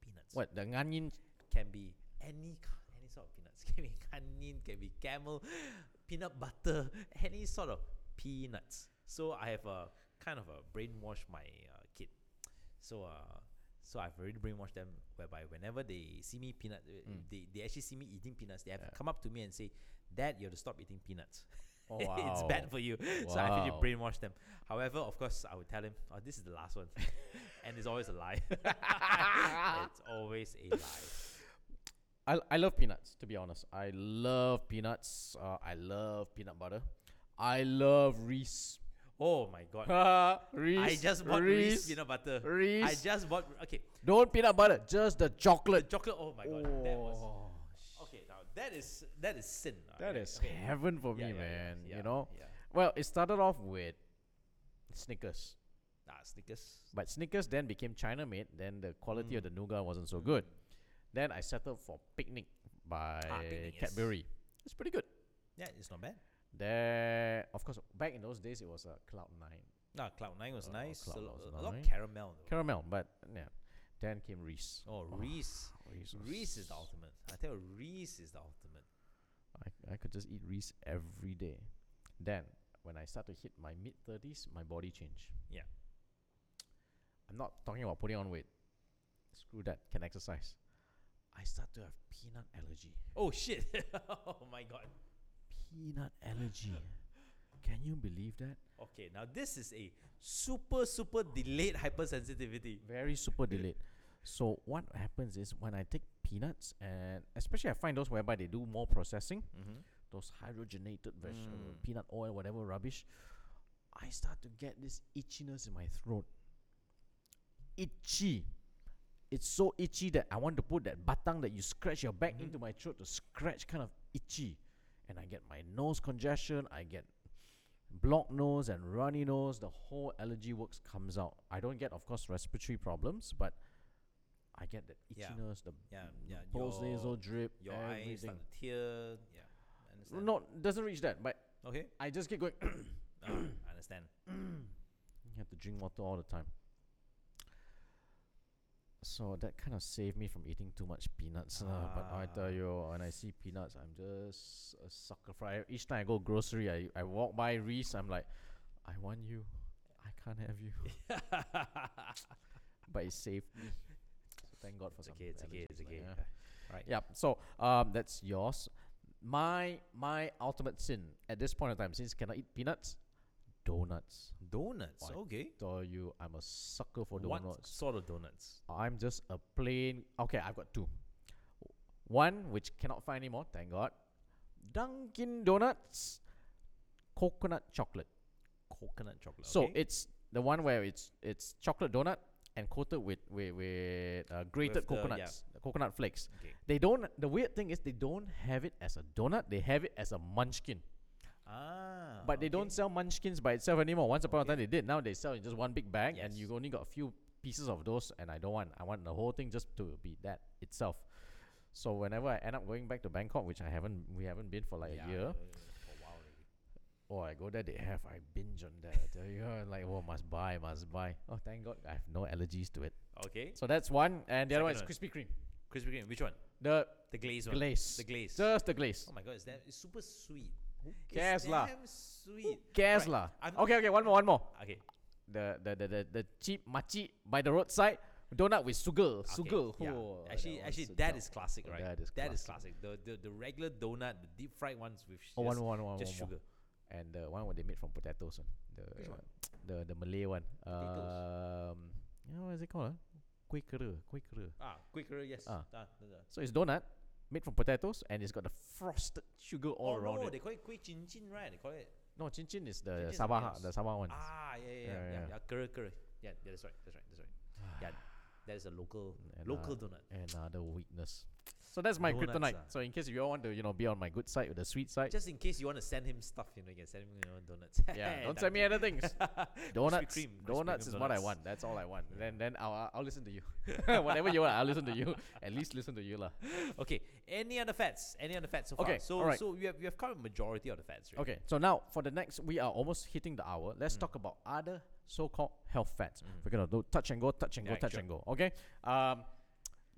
[SPEAKER 2] Peanuts.
[SPEAKER 1] What the nganin?
[SPEAKER 2] Can be any ki- any sort of peanuts. Can be onion. Can be camel. Peanut butter. Any sort of peanuts. So I have a kind of a brainwash my uh, kid. So uh, so I've already brainwashed them whereby whenever they see me peanut, uh,
[SPEAKER 1] Mm.
[SPEAKER 2] they they actually see me eating peanuts. They have
[SPEAKER 1] Yeah.
[SPEAKER 2] come up to me and say, "Dad, you have to stop eating peanuts."
[SPEAKER 1] Oh,
[SPEAKER 2] it's bad for you. So I actually
[SPEAKER 1] Wow.
[SPEAKER 2] brainwash them. However, of course, I would tell him, oh, this is the last one. and it's always a lie. it's always a lie.
[SPEAKER 1] I, I love peanuts to be honest. I love peanuts. Uh, I love peanut butter. I love Reese.
[SPEAKER 2] Oh my god.
[SPEAKER 1] Reese.
[SPEAKER 2] I just bought Reese, peanut butter. I
[SPEAKER 1] Reese.
[SPEAKER 2] just bought okay.
[SPEAKER 1] Don't peanut butter, just the
[SPEAKER 2] The
[SPEAKER 1] chocolate.
[SPEAKER 2] chocolate oh my god. That was
[SPEAKER 1] Oh,
[SPEAKER 2] okay now that is that is sin. ah,
[SPEAKER 1] that
[SPEAKER 2] okay,
[SPEAKER 1] is
[SPEAKER 2] okay.
[SPEAKER 1] heaven for
[SPEAKER 2] Yeah,
[SPEAKER 1] me,
[SPEAKER 2] yeah, yeah,
[SPEAKER 1] man.
[SPEAKER 2] yeah,
[SPEAKER 1] you know.
[SPEAKER 2] Yeah.
[SPEAKER 1] Well, it started off with Snickers,
[SPEAKER 2] Nah, Snickers.
[SPEAKER 1] but Snickers then became China made. Then the quality of the
[SPEAKER 2] Mm.
[SPEAKER 1] nougat wasn't so good. Then I settled for Picnic by
[SPEAKER 2] Ah, Picnic, yes.
[SPEAKER 1] Cadbury. It's pretty good.
[SPEAKER 2] Yeah, it's not bad.
[SPEAKER 1] There, of course, back in those days it was uh, Cloud Nine
[SPEAKER 2] Nah, Cloud Nine was
[SPEAKER 1] Oh,
[SPEAKER 2] nice.
[SPEAKER 1] Cloud
[SPEAKER 2] a,
[SPEAKER 1] Nine
[SPEAKER 2] lo-
[SPEAKER 1] was
[SPEAKER 2] a lot of
[SPEAKER 1] nice.
[SPEAKER 2] caramel though.
[SPEAKER 1] caramel, but yeah. Then came Reese.
[SPEAKER 2] oh,
[SPEAKER 1] Oh,
[SPEAKER 2] Reese.
[SPEAKER 1] Reese, was-
[SPEAKER 2] Reese is the ultimate. I tell you, Reese is the ultimate.
[SPEAKER 1] I, I could just eat Reese every day. Then, when I start to hit my mid 30s, my body change.
[SPEAKER 2] Yeah.
[SPEAKER 1] I'm not talking about putting on weight. Screw that. Can exercise. I start to have peanut allergy.
[SPEAKER 2] Oh shit! oh my god.
[SPEAKER 1] Peanut allergy. Can you believe that?
[SPEAKER 2] Okay, now this is a super super delayed hypersensitivity.
[SPEAKER 1] Very super delayed. So what happens is when I take peanuts and especially I find those whereby they do more processing,
[SPEAKER 2] Mm-hmm.
[SPEAKER 1] those hydrogenated vegetable,
[SPEAKER 2] Mm.
[SPEAKER 1] peanut oil, whatever rubbish, I start to get this itchiness in my throat. Itchy. It's so itchy that I want to put that batang that you scratch your back
[SPEAKER 2] Mhm.
[SPEAKER 1] into my throat to scratch, kind of itchy. And I get my nose congestion, I get blocked nose and runny nose, the whole allergy works comes out. I don't get, of course, respiratory problems, but I get that
[SPEAKER 2] Yeah.
[SPEAKER 1] itchiness, the
[SPEAKER 2] Yeah, yeah.
[SPEAKER 1] post nasal
[SPEAKER 2] your-
[SPEAKER 1] drip,
[SPEAKER 2] Your eyes
[SPEAKER 1] everything.
[SPEAKER 2] start to tear. Yeah, I understand.
[SPEAKER 1] No, doesn't reach that, but
[SPEAKER 2] Okay,
[SPEAKER 1] I just keep going.
[SPEAKER 2] uh, I understand.
[SPEAKER 1] you have to drink water all the time. So that kind of saved me from eating too much peanuts. lah. But I
[SPEAKER 2] Ah.
[SPEAKER 1] tell you, when I see peanuts, I'm just a sucker for it. Each time I go grocery, I, I walk by Reese, I'm like, I want you. I can't have you. but it saved me. So thank God for
[SPEAKER 2] It's
[SPEAKER 1] some
[SPEAKER 2] okay. It's okay.
[SPEAKER 1] allergies
[SPEAKER 2] It's
[SPEAKER 1] lah,
[SPEAKER 2] okay.
[SPEAKER 1] yeah.
[SPEAKER 2] Right.
[SPEAKER 1] Yeah. So um, that's yours. My my ultimate sin at this point of time, since cannot eat peanuts, donuts.
[SPEAKER 2] Donuts.
[SPEAKER 1] Why?
[SPEAKER 2] Okay.
[SPEAKER 1] Tell you, I'm a sucker for
[SPEAKER 2] What
[SPEAKER 1] donuts.
[SPEAKER 2] sort of donuts?
[SPEAKER 1] I'm just a plain. Okay, I've got two. One which cannot find anymore, thank God. Dunkin' Donuts coconut chocolate.
[SPEAKER 2] Coconut chocolate.
[SPEAKER 1] So
[SPEAKER 2] okay.
[SPEAKER 1] it's the one where it's it's chocolate donut and coated with with, with uh, grated
[SPEAKER 2] the- yeah.
[SPEAKER 1] coconuts, uh, coconut flakes.
[SPEAKER 2] Okay.
[SPEAKER 1] They don't. The weird thing is they don't have it as a donut. They have it as a munchkin.
[SPEAKER 2] Ah.
[SPEAKER 1] but they don't
[SPEAKER 2] okay.
[SPEAKER 1] sell munchkins by itself anymore. Once upon
[SPEAKER 2] Okay.
[SPEAKER 1] a time they did. Now they sell in just one big bag, and
[SPEAKER 2] Yes.
[SPEAKER 1] you only got a few pieces of those. And I don't want. I want the whole thing just to be that itself. So whenever I end up going back to Bangkok, which I haven't, we haven't been for like
[SPEAKER 2] Yeah,
[SPEAKER 1] a year,
[SPEAKER 2] uh, for a while already.
[SPEAKER 1] or I go there, they have. I binge on that. I tell you, I'm like, oh, must buy, must buy. Oh, thank God, I have no allergies to it.
[SPEAKER 2] Okay.
[SPEAKER 1] So that's one, and the other one is
[SPEAKER 2] Second
[SPEAKER 1] Krispy Kreme.
[SPEAKER 2] Krispy Kreme. Which one?
[SPEAKER 1] The
[SPEAKER 2] The glaze one.
[SPEAKER 1] glaze,
[SPEAKER 2] The glaze.
[SPEAKER 1] just the glaze.
[SPEAKER 2] Oh my god, it's that it's super sweet.
[SPEAKER 1] cares
[SPEAKER 2] it's
[SPEAKER 1] lah?
[SPEAKER 2] Damn sweet.
[SPEAKER 1] Gas
[SPEAKER 2] Right,
[SPEAKER 1] lah.
[SPEAKER 2] I'm-
[SPEAKER 1] Okay, okay, one more, one more.
[SPEAKER 2] Okay.
[SPEAKER 1] the the the the, the cheap machi by the roadside donut with sugar sugar.
[SPEAKER 2] Okay, yeah.
[SPEAKER 1] Oh, that
[SPEAKER 2] Actually,
[SPEAKER 1] one
[SPEAKER 2] actually,
[SPEAKER 1] sedap.
[SPEAKER 2] that is classic,
[SPEAKER 1] Oh,
[SPEAKER 2] right?
[SPEAKER 1] That is
[SPEAKER 2] classic. The, the the regular donut, the deep fried ones with
[SPEAKER 1] Oh,
[SPEAKER 2] just,
[SPEAKER 1] one more, one more,
[SPEAKER 2] just
[SPEAKER 1] one
[SPEAKER 2] sugar.
[SPEAKER 1] more. And the one what they made from potatoes, one. the
[SPEAKER 2] Which one?
[SPEAKER 1] the the Malay one.
[SPEAKER 2] Potatoes.
[SPEAKER 1] Um, you know what is it called? Huh? Kuih kera, kuih kera.
[SPEAKER 2] Ah, quicker, yes.
[SPEAKER 1] Ah.
[SPEAKER 2] no, no.
[SPEAKER 1] So it's donut made from potatoes, and it's got the frosted sugar all
[SPEAKER 2] oh
[SPEAKER 1] around
[SPEAKER 2] no,
[SPEAKER 1] it.
[SPEAKER 2] they call it kuih chin chin, right? They call it.
[SPEAKER 1] no, chin chin is
[SPEAKER 2] Chin
[SPEAKER 1] the
[SPEAKER 2] chin is something
[SPEAKER 1] Sabah
[SPEAKER 2] else.
[SPEAKER 1] the Sabah one.
[SPEAKER 2] Ah, yeah, yeah, yeah,
[SPEAKER 1] Yeah,
[SPEAKER 2] yeah,
[SPEAKER 1] yeah.
[SPEAKER 2] yeah. Kera kera. Yeah, yeah, that's right, that's right, that's right. Yeah, That is a local
[SPEAKER 1] And,
[SPEAKER 2] local
[SPEAKER 1] uh,
[SPEAKER 2] donut.
[SPEAKER 1] Another weakness. So that's my
[SPEAKER 2] Donuts,
[SPEAKER 1] kryptonite.
[SPEAKER 2] ah.
[SPEAKER 1] So in case if you all want to, you know, be on my good side or the sweet side,
[SPEAKER 2] Just in case you want to send him stuff, you know, you can send him you know, donuts.
[SPEAKER 1] yeah, don't
[SPEAKER 2] Done
[SPEAKER 1] send me
[SPEAKER 2] deal.
[SPEAKER 1] other things. Donuts,
[SPEAKER 2] Kreme, Krispy
[SPEAKER 1] donuts
[SPEAKER 2] Kreme
[SPEAKER 1] is what I
[SPEAKER 2] donuts.
[SPEAKER 1] want. That's all I want. Then then I'll I'll- I'll listen to you. Whatever you want, I'll listen to you. At least listen to you lah.
[SPEAKER 2] Okay. Any other fats? Any other fats so far?
[SPEAKER 1] Okay,
[SPEAKER 2] So
[SPEAKER 1] alright.
[SPEAKER 2] so you have you have covered majority of the fats, right?
[SPEAKER 1] Okay, so now for the next, we are almost hitting the hour.
[SPEAKER 2] Mm.
[SPEAKER 1] Let's talk about other so-called health fats. We're gonna do touch and go, touch and go,
[SPEAKER 2] Yeah,
[SPEAKER 1] touch
[SPEAKER 2] sure.
[SPEAKER 1] and go. Okay, um,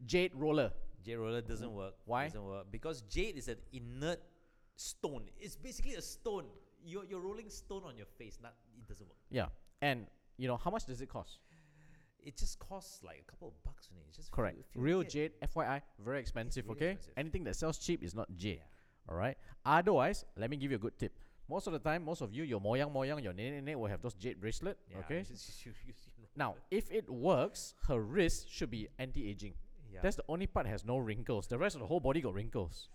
[SPEAKER 1] jade roller.
[SPEAKER 2] Jade roller doesn't work.
[SPEAKER 1] Mm-hmm. Why?
[SPEAKER 2] Doesn't work because jade is an inert stone. It's basically a stone. You're you're rolling stone on your face. Not it doesn't work.
[SPEAKER 1] Yeah, and you know how much does it cost?
[SPEAKER 2] It just costs like a couple of bucks. Only. It's just few-
[SPEAKER 1] Correct.
[SPEAKER 2] few
[SPEAKER 1] Real
[SPEAKER 2] ringgit.
[SPEAKER 1] jade, FYI, very expensive.
[SPEAKER 2] really
[SPEAKER 1] okay,
[SPEAKER 2] expensive.
[SPEAKER 1] anything that sells cheap is not jade.
[SPEAKER 2] Yeah.
[SPEAKER 1] All right. Otherwise, let me give you a good tip. Most of the time, most of you, your moyang moyang, your nenek nenek will have those jade bracelet.
[SPEAKER 2] Yeah,
[SPEAKER 1] okay.
[SPEAKER 2] it's just- you- you- you know.
[SPEAKER 1] Now, if it works, her wrist should be anti-aging.
[SPEAKER 2] Yeah.
[SPEAKER 1] That's the only part has no wrinkles. The rest of the whole body got wrinkles.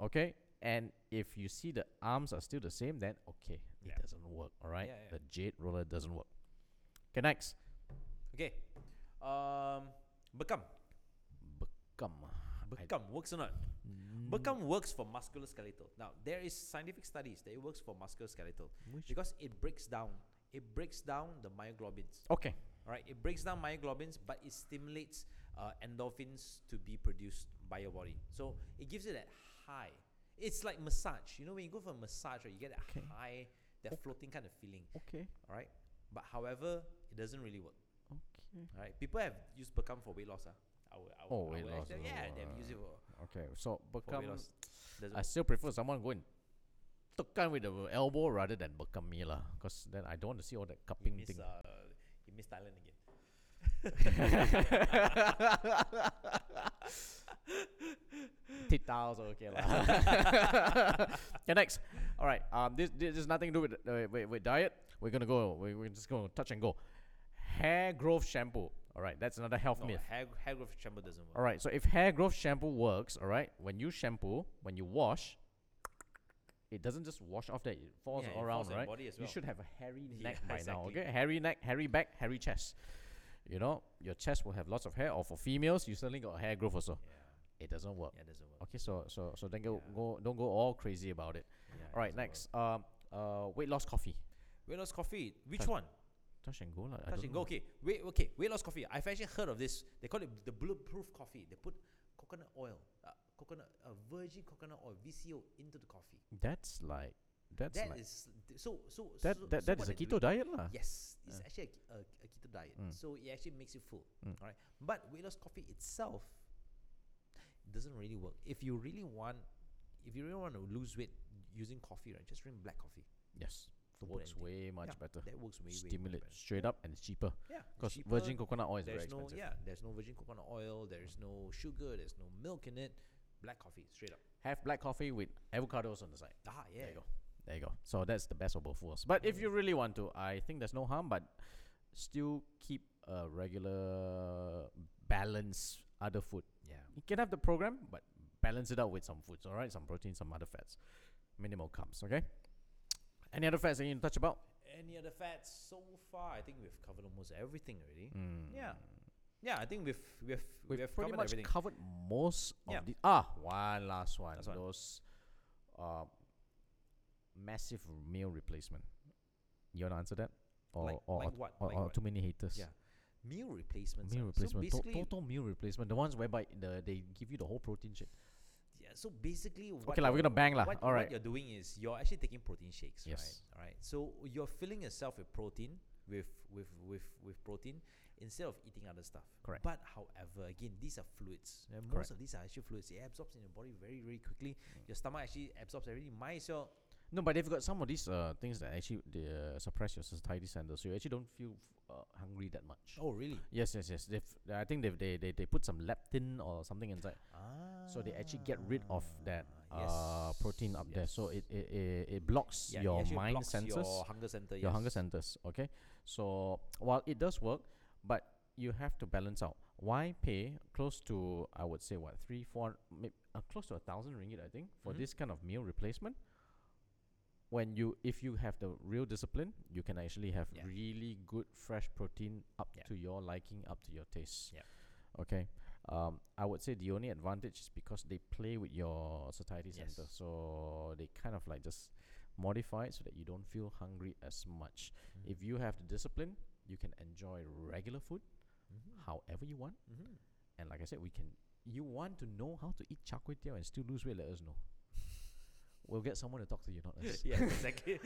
[SPEAKER 1] Okay? And if you see the arms are still the same, then okay,
[SPEAKER 2] Yeah.
[SPEAKER 1] it doesn't work. All right?
[SPEAKER 2] Yeah, yeah.
[SPEAKER 1] The jade roller doesn't work. Okay, next.
[SPEAKER 2] okay. Um, Bekam.
[SPEAKER 1] Come.
[SPEAKER 2] Bekam works or not?
[SPEAKER 1] Mm.
[SPEAKER 2] Bekam works for musculoskeletal. Now there is scientific studies that it works for musculoskeletal because it breaks down. It breaks down the myoglobins.
[SPEAKER 1] Okay.
[SPEAKER 2] All right, it breaks down myoglobins, but it stimulates uh, endorphins to be produced by your body. So it gives you that high. It's like massage. You know, when you go for a massage, right, you get that
[SPEAKER 1] Okay.
[SPEAKER 2] high, that floating kind of feeling.
[SPEAKER 1] Okay.
[SPEAKER 2] All right, but however, it doesn't really work.
[SPEAKER 1] Okay.
[SPEAKER 2] All right, people have used Beckham for weight loss. Ah, I will- I will-
[SPEAKER 1] Oh,
[SPEAKER 2] I
[SPEAKER 1] weight
[SPEAKER 2] will
[SPEAKER 1] loss
[SPEAKER 2] actually-
[SPEAKER 1] also,
[SPEAKER 2] Yeah, they've
[SPEAKER 1] uh,
[SPEAKER 2] used it for,
[SPEAKER 1] Okay. So
[SPEAKER 2] for weight
[SPEAKER 1] Beckham
[SPEAKER 2] loss. Doesn't
[SPEAKER 1] I
[SPEAKER 2] work.
[SPEAKER 1] still prefer someone going tekan with the elbow rather than Beckham me lah. Because then I don't want to see all that
[SPEAKER 2] You
[SPEAKER 1] cupping
[SPEAKER 2] miss,
[SPEAKER 1] thing.
[SPEAKER 2] uh, you miss Thailand again.
[SPEAKER 1] Tit tiles okay lah. okay, next. All right. Um, this this has nothing to do with, uh, with with diet. We're gonna go. We, we're just gonna touch and go. Hair growth shampoo. All right, that's another health
[SPEAKER 2] No,
[SPEAKER 1] myth.
[SPEAKER 2] hair, hair growth chamber doesn't work.
[SPEAKER 1] All right. So if hair growth shampoo works, all right, when you shampoo, when you wash, it doesn't just wash off that. It falls
[SPEAKER 2] Yeah, it
[SPEAKER 1] all around,
[SPEAKER 2] falls on your
[SPEAKER 1] right?
[SPEAKER 2] body as
[SPEAKER 1] You
[SPEAKER 2] well.
[SPEAKER 1] should have a hairy
[SPEAKER 2] Yeah,
[SPEAKER 1] neck by now.
[SPEAKER 2] exactly.
[SPEAKER 1] Okay, hairy neck, hairy back, hairy chest. You know, your chest will have lots of hair. Or for females, you certainly got hair growth also.
[SPEAKER 2] Yeah,
[SPEAKER 1] It doesn't work.
[SPEAKER 2] yeah, doesn't work.
[SPEAKER 1] Okay, so so so then go,
[SPEAKER 2] Yeah.
[SPEAKER 1] go don't go all crazy about it.
[SPEAKER 2] Yeah, it
[SPEAKER 1] all right,
[SPEAKER 2] doesn't work.
[SPEAKER 1] next um uh weight loss coffee.
[SPEAKER 2] Weight loss coffee. Which
[SPEAKER 1] Touch-
[SPEAKER 2] one?
[SPEAKER 1] Touch and go lah. I don't
[SPEAKER 2] Touch and go.
[SPEAKER 1] know.
[SPEAKER 2] Okay, wait. Okay, weight loss coffee. I've actually heard of this. They call it the bulletproof coffee. They put coconut oil, uh, coconut, uh, virgin coconut oil (VCO) into the coffee.
[SPEAKER 1] That's like that's
[SPEAKER 2] That
[SPEAKER 1] like
[SPEAKER 2] is th- so so.
[SPEAKER 1] that
[SPEAKER 2] so,
[SPEAKER 1] that,
[SPEAKER 2] so
[SPEAKER 1] that is
[SPEAKER 2] what
[SPEAKER 1] a
[SPEAKER 2] they're
[SPEAKER 1] keto
[SPEAKER 2] doing-
[SPEAKER 1] diet lah.
[SPEAKER 2] Yes, it's
[SPEAKER 1] Yeah.
[SPEAKER 2] actually a, ke- a, a keto diet,
[SPEAKER 1] Mm.
[SPEAKER 2] so it actually makes you full.
[SPEAKER 1] Mm.
[SPEAKER 2] All right, but weight loss coffee itself doesn't really work. If you really want, if you really want to lose weight using coffee, right, just drink black coffee.
[SPEAKER 1] Yes,
[SPEAKER 2] Don't put
[SPEAKER 1] works
[SPEAKER 2] anything.
[SPEAKER 1] way much
[SPEAKER 2] Yeah,
[SPEAKER 1] better.
[SPEAKER 2] That works way way, way
[SPEAKER 1] Stimulate
[SPEAKER 2] better.
[SPEAKER 1] straight up and it's cheaper
[SPEAKER 2] Yeah, it's
[SPEAKER 1] because
[SPEAKER 2] cheaper,
[SPEAKER 1] virgin coconut oil is very
[SPEAKER 2] there's no
[SPEAKER 1] expensive.
[SPEAKER 2] yeah there's no virgin coconut oil there's no sugar there's no milk in it black coffee straight up
[SPEAKER 1] Have black coffee with avocados on the side.
[SPEAKER 2] ah yeah
[SPEAKER 1] There you go. There you go. So that's the best of both worlds. But if you really want to, I think there's no harm. But still keep a regular balance other food.
[SPEAKER 2] yeah
[SPEAKER 1] You can have the program, but balance it out with some foods, all right? Some protein, some other fats, minimal carbs, okay? Any other fats that you need to touch about?
[SPEAKER 2] any other fats so far i think we've covered almost everything already yeah yeah i think we've we've
[SPEAKER 1] We've,
[SPEAKER 2] Mm. we've,
[SPEAKER 1] pretty
[SPEAKER 2] covered
[SPEAKER 1] much
[SPEAKER 2] everything
[SPEAKER 1] covered most
[SPEAKER 2] Yeah.
[SPEAKER 1] of the. Ah, one last one.
[SPEAKER 2] Last one.
[SPEAKER 1] Those uh, massive meal replacement. You want to answer that? Or,
[SPEAKER 2] Like-
[SPEAKER 1] or,
[SPEAKER 2] like
[SPEAKER 1] or,
[SPEAKER 2] what?
[SPEAKER 1] or,
[SPEAKER 2] Like
[SPEAKER 1] or
[SPEAKER 2] what?
[SPEAKER 1] too many haters?
[SPEAKER 2] Yeah. meal replacements
[SPEAKER 1] Meal
[SPEAKER 2] ah.
[SPEAKER 1] replacement,
[SPEAKER 2] so
[SPEAKER 1] to-
[SPEAKER 2] basically
[SPEAKER 1] total meal replacement, the ones whereby the, they give you the whole protein shit.
[SPEAKER 2] yeah so basically what
[SPEAKER 1] lah, we're
[SPEAKER 2] you're-
[SPEAKER 1] gonna bang lah,
[SPEAKER 2] what,
[SPEAKER 1] alright.
[SPEAKER 2] what you're doing is you're actually taking protein shakes
[SPEAKER 1] Yes.
[SPEAKER 2] right all right so you're filling yourself with protein with with with with protein instead of eating other stuff
[SPEAKER 1] Correct.
[SPEAKER 2] but however again these are fluids and most
[SPEAKER 1] Correct.
[SPEAKER 2] of these are actually fluids it absorbs in your body very very quickly your stomach actually absorbs everything might as well
[SPEAKER 1] No, but they've got some of these uh, things that actually they, uh, suppress your satiety center, so you actually don't feel uh, hungry that much.
[SPEAKER 2] oh really
[SPEAKER 1] Yes, yes, yes. They've, I think they've, they, they they put some leptin or something inside,
[SPEAKER 2] ah,
[SPEAKER 1] so they actually get rid of that
[SPEAKER 2] Ah,
[SPEAKER 1] uh, protein
[SPEAKER 2] yes,
[SPEAKER 1] up there. So
[SPEAKER 2] yes.
[SPEAKER 1] it it, it, it blocks
[SPEAKER 2] yeah, it
[SPEAKER 1] your
[SPEAKER 2] actually
[SPEAKER 1] mind
[SPEAKER 2] blocks
[SPEAKER 1] senses,
[SPEAKER 2] your hunger center
[SPEAKER 1] your hunger
[SPEAKER 2] yes.
[SPEAKER 1] centers. Okay, so while it does work, but you have to balance out. Why pay close to I would say what three four maybe, uh, close to a thousand ringgit I think for
[SPEAKER 2] Mhm.
[SPEAKER 1] this kind of meal replacement when you if you have the real discipline, you can actually have
[SPEAKER 2] Yeah.
[SPEAKER 1] really good fresh protein up
[SPEAKER 2] Yeah.
[SPEAKER 1] to your liking, up to your taste.
[SPEAKER 2] Yeah.
[SPEAKER 1] Okay. Um, I would say the only advantage is because they play with your satiety center,
[SPEAKER 2] Yes.
[SPEAKER 1] so they kind of like just modify it so that you don't feel hungry as much.
[SPEAKER 2] Mm-hmm.
[SPEAKER 1] If you have the discipline, you can enjoy regular food
[SPEAKER 2] Mm-hmm,
[SPEAKER 1] however you want. And like I said, we can. You want to know how to eat char kway teow and still lose weight? Let us know. we'll get someone to talk to you, not us.
[SPEAKER 2] yeah, exactly.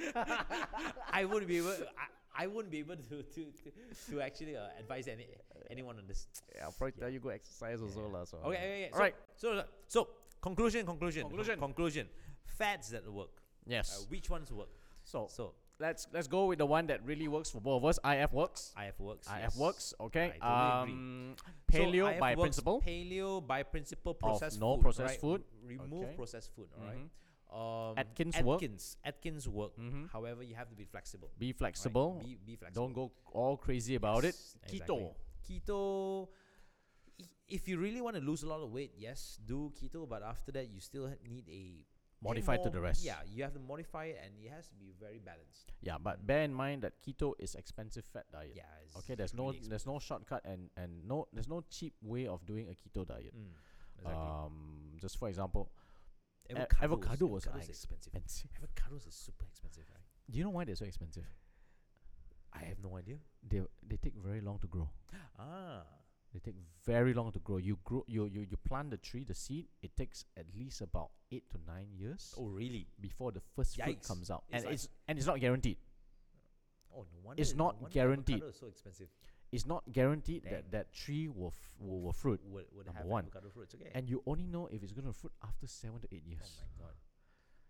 [SPEAKER 2] I wouldn't be able. I, I wouldn't be able to to to, to actually uh, advise any anyone on this.
[SPEAKER 1] Yeah, I'll probably tell
[SPEAKER 2] Yeah.
[SPEAKER 1] you go exercise also
[SPEAKER 2] Yeah.
[SPEAKER 1] lah. So
[SPEAKER 2] Okay, okay, okay.
[SPEAKER 1] All right.
[SPEAKER 2] So, so so conclusion, conclusion, con-
[SPEAKER 1] Conclusion.
[SPEAKER 2] conclusion. Fads that work. Uh,
[SPEAKER 1] Yes.
[SPEAKER 2] which ones work?
[SPEAKER 1] so
[SPEAKER 2] So
[SPEAKER 1] let's let's go with the one that really works for both of us. IF works.
[SPEAKER 2] IF works.
[SPEAKER 1] IF
[SPEAKER 2] yes.
[SPEAKER 1] works. Okay.
[SPEAKER 2] I totally agree.
[SPEAKER 1] um,
[SPEAKER 2] So
[SPEAKER 1] paleo
[SPEAKER 2] IF
[SPEAKER 1] by
[SPEAKER 2] works
[SPEAKER 1] principle.
[SPEAKER 2] Paleo by principle. Processed
[SPEAKER 1] no
[SPEAKER 2] food,
[SPEAKER 1] processed
[SPEAKER 2] right?
[SPEAKER 1] food.
[SPEAKER 2] R- Remove
[SPEAKER 1] Okay.
[SPEAKER 2] processed food. All right.
[SPEAKER 1] Mhm.
[SPEAKER 2] Um,
[SPEAKER 1] Atkins
[SPEAKER 2] Atkins
[SPEAKER 1] work.
[SPEAKER 2] Atkins work.
[SPEAKER 1] Mhm.
[SPEAKER 2] However, you have to be flexible.
[SPEAKER 1] Be
[SPEAKER 2] right?
[SPEAKER 1] flexible.
[SPEAKER 2] Be, be flexible.
[SPEAKER 1] Don't go all crazy about
[SPEAKER 2] Yes,
[SPEAKER 1] it. Keto.
[SPEAKER 2] exactly. Keto. i- If you really want to lose a lot of weight, yes, do keto. But after that, you still ha- need a
[SPEAKER 1] Modify to
[SPEAKER 2] more-
[SPEAKER 1] the rest.
[SPEAKER 2] Yeah, you have to modify it, and it has to be very balanced.
[SPEAKER 1] Yeah, but bear in mind that keto is expensive fat diet.
[SPEAKER 2] Yeah. it's
[SPEAKER 1] Okay, there's no
[SPEAKER 2] really
[SPEAKER 1] there's no shortcut and and no there's no cheap way of doing a keto diet.
[SPEAKER 2] exp- Mm, exactly.
[SPEAKER 1] Um, just for example, a-
[SPEAKER 2] Avocados-
[SPEAKER 1] avocados are
[SPEAKER 2] avocados expensive.
[SPEAKER 1] expensive.
[SPEAKER 2] Avocados is super expensive. Right?
[SPEAKER 1] Do you know why they're so expensive?
[SPEAKER 2] I have no idea.
[SPEAKER 1] They they take very long to grow.
[SPEAKER 2] Ah.
[SPEAKER 1] They take very long to grow. You grow you you you plant the tree, the seed. It takes at least about eight to nine years
[SPEAKER 2] Oh really?
[SPEAKER 1] before the first fruit
[SPEAKER 2] Yikes.
[SPEAKER 1] comes out,
[SPEAKER 2] It's
[SPEAKER 1] and
[SPEAKER 2] like-
[SPEAKER 1] it's and it's not guaranteed.
[SPEAKER 2] Oh no wonder.
[SPEAKER 1] It's
[SPEAKER 2] no
[SPEAKER 1] not
[SPEAKER 2] wonder
[SPEAKER 1] guaranteed.
[SPEAKER 2] avocado is so expensive.
[SPEAKER 1] It's not guaranteed that
[SPEAKER 2] Dang.
[SPEAKER 1] that tree will f- will, will fruit,
[SPEAKER 2] Would, would
[SPEAKER 1] Number
[SPEAKER 2] have
[SPEAKER 1] one.
[SPEAKER 2] avocado fruits. Okay.
[SPEAKER 1] and you only know if it's gonna fruit after seven to eight years.
[SPEAKER 2] Oh my god.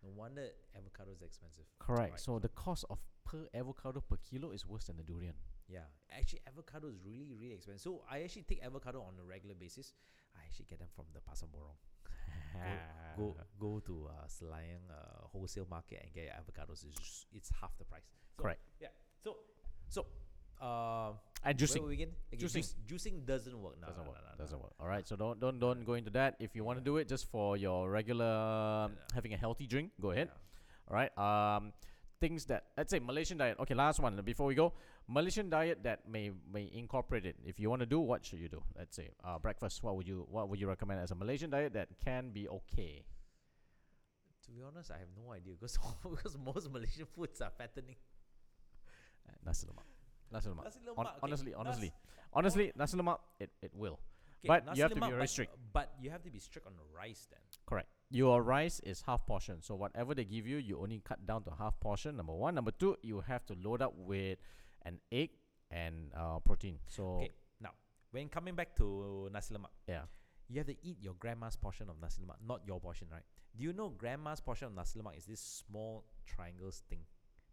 [SPEAKER 2] No wonder avocados are expensive.
[SPEAKER 1] Correct.
[SPEAKER 2] Right.
[SPEAKER 1] So the cost of per avocado per kilo is worse than the durian.
[SPEAKER 2] Yeah, actually, avocado is really, really expensive. So I actually take avocado on a regular basis. I actually get them from the Pasar Borong. go go to uh, Selayang uh, wholesale market and get avocados. It's, just- it's half the price. So,
[SPEAKER 1] Correct.
[SPEAKER 2] Yeah. So so uh,
[SPEAKER 1] And
[SPEAKER 2] juicing.
[SPEAKER 1] juicing.
[SPEAKER 2] we begin? Okay,
[SPEAKER 1] Juicing.
[SPEAKER 2] juice- juicing doesn't work. No,
[SPEAKER 1] doesn't
[SPEAKER 2] no,
[SPEAKER 1] work.
[SPEAKER 2] no, no,
[SPEAKER 1] doesn't
[SPEAKER 2] no.
[SPEAKER 1] work. All right. So don't don't don't go into that. If you want to
[SPEAKER 2] Yeah.
[SPEAKER 1] do it just for your regular um,
[SPEAKER 2] Yeah.
[SPEAKER 1] having a healthy drink, go ahead.
[SPEAKER 2] Yeah.
[SPEAKER 1] All right. Um, things that let's say Malaysian diet. Okay, last one uh, before we go. Malaysian diet that may may incorporate it. If you want to do, what should you do? Let's say uh, breakfast. What would you what would you recommend as a Malaysian diet that can be okay?
[SPEAKER 2] To be honest, I have no idea because because most Malaysian foods are fattening.
[SPEAKER 1] Nasi lemak. Nasi lemak.
[SPEAKER 2] Nasi lemak,
[SPEAKER 1] Hon-
[SPEAKER 2] okay,
[SPEAKER 1] honestly,
[SPEAKER 2] nas-
[SPEAKER 1] honestly, honestly, nasi lemak. It it will.
[SPEAKER 2] okay,
[SPEAKER 1] but
[SPEAKER 2] nasi
[SPEAKER 1] you have to be very
[SPEAKER 2] lemak, but-
[SPEAKER 1] strict.
[SPEAKER 2] But you have to be strict on the rice then.
[SPEAKER 1] Correct. Your rice is half portion. So whatever they give you, you only cut down to half portion. Number one. Number two, you have to load up with an egg and uh, protein. So
[SPEAKER 2] Okay. Now, when coming back to nasi lemak,
[SPEAKER 1] yeah,
[SPEAKER 2] you have to eat your grandma's portion of nasi lemak, not your portion, right? Do you know grandma's portion of nasi lemak is this small triangle thing?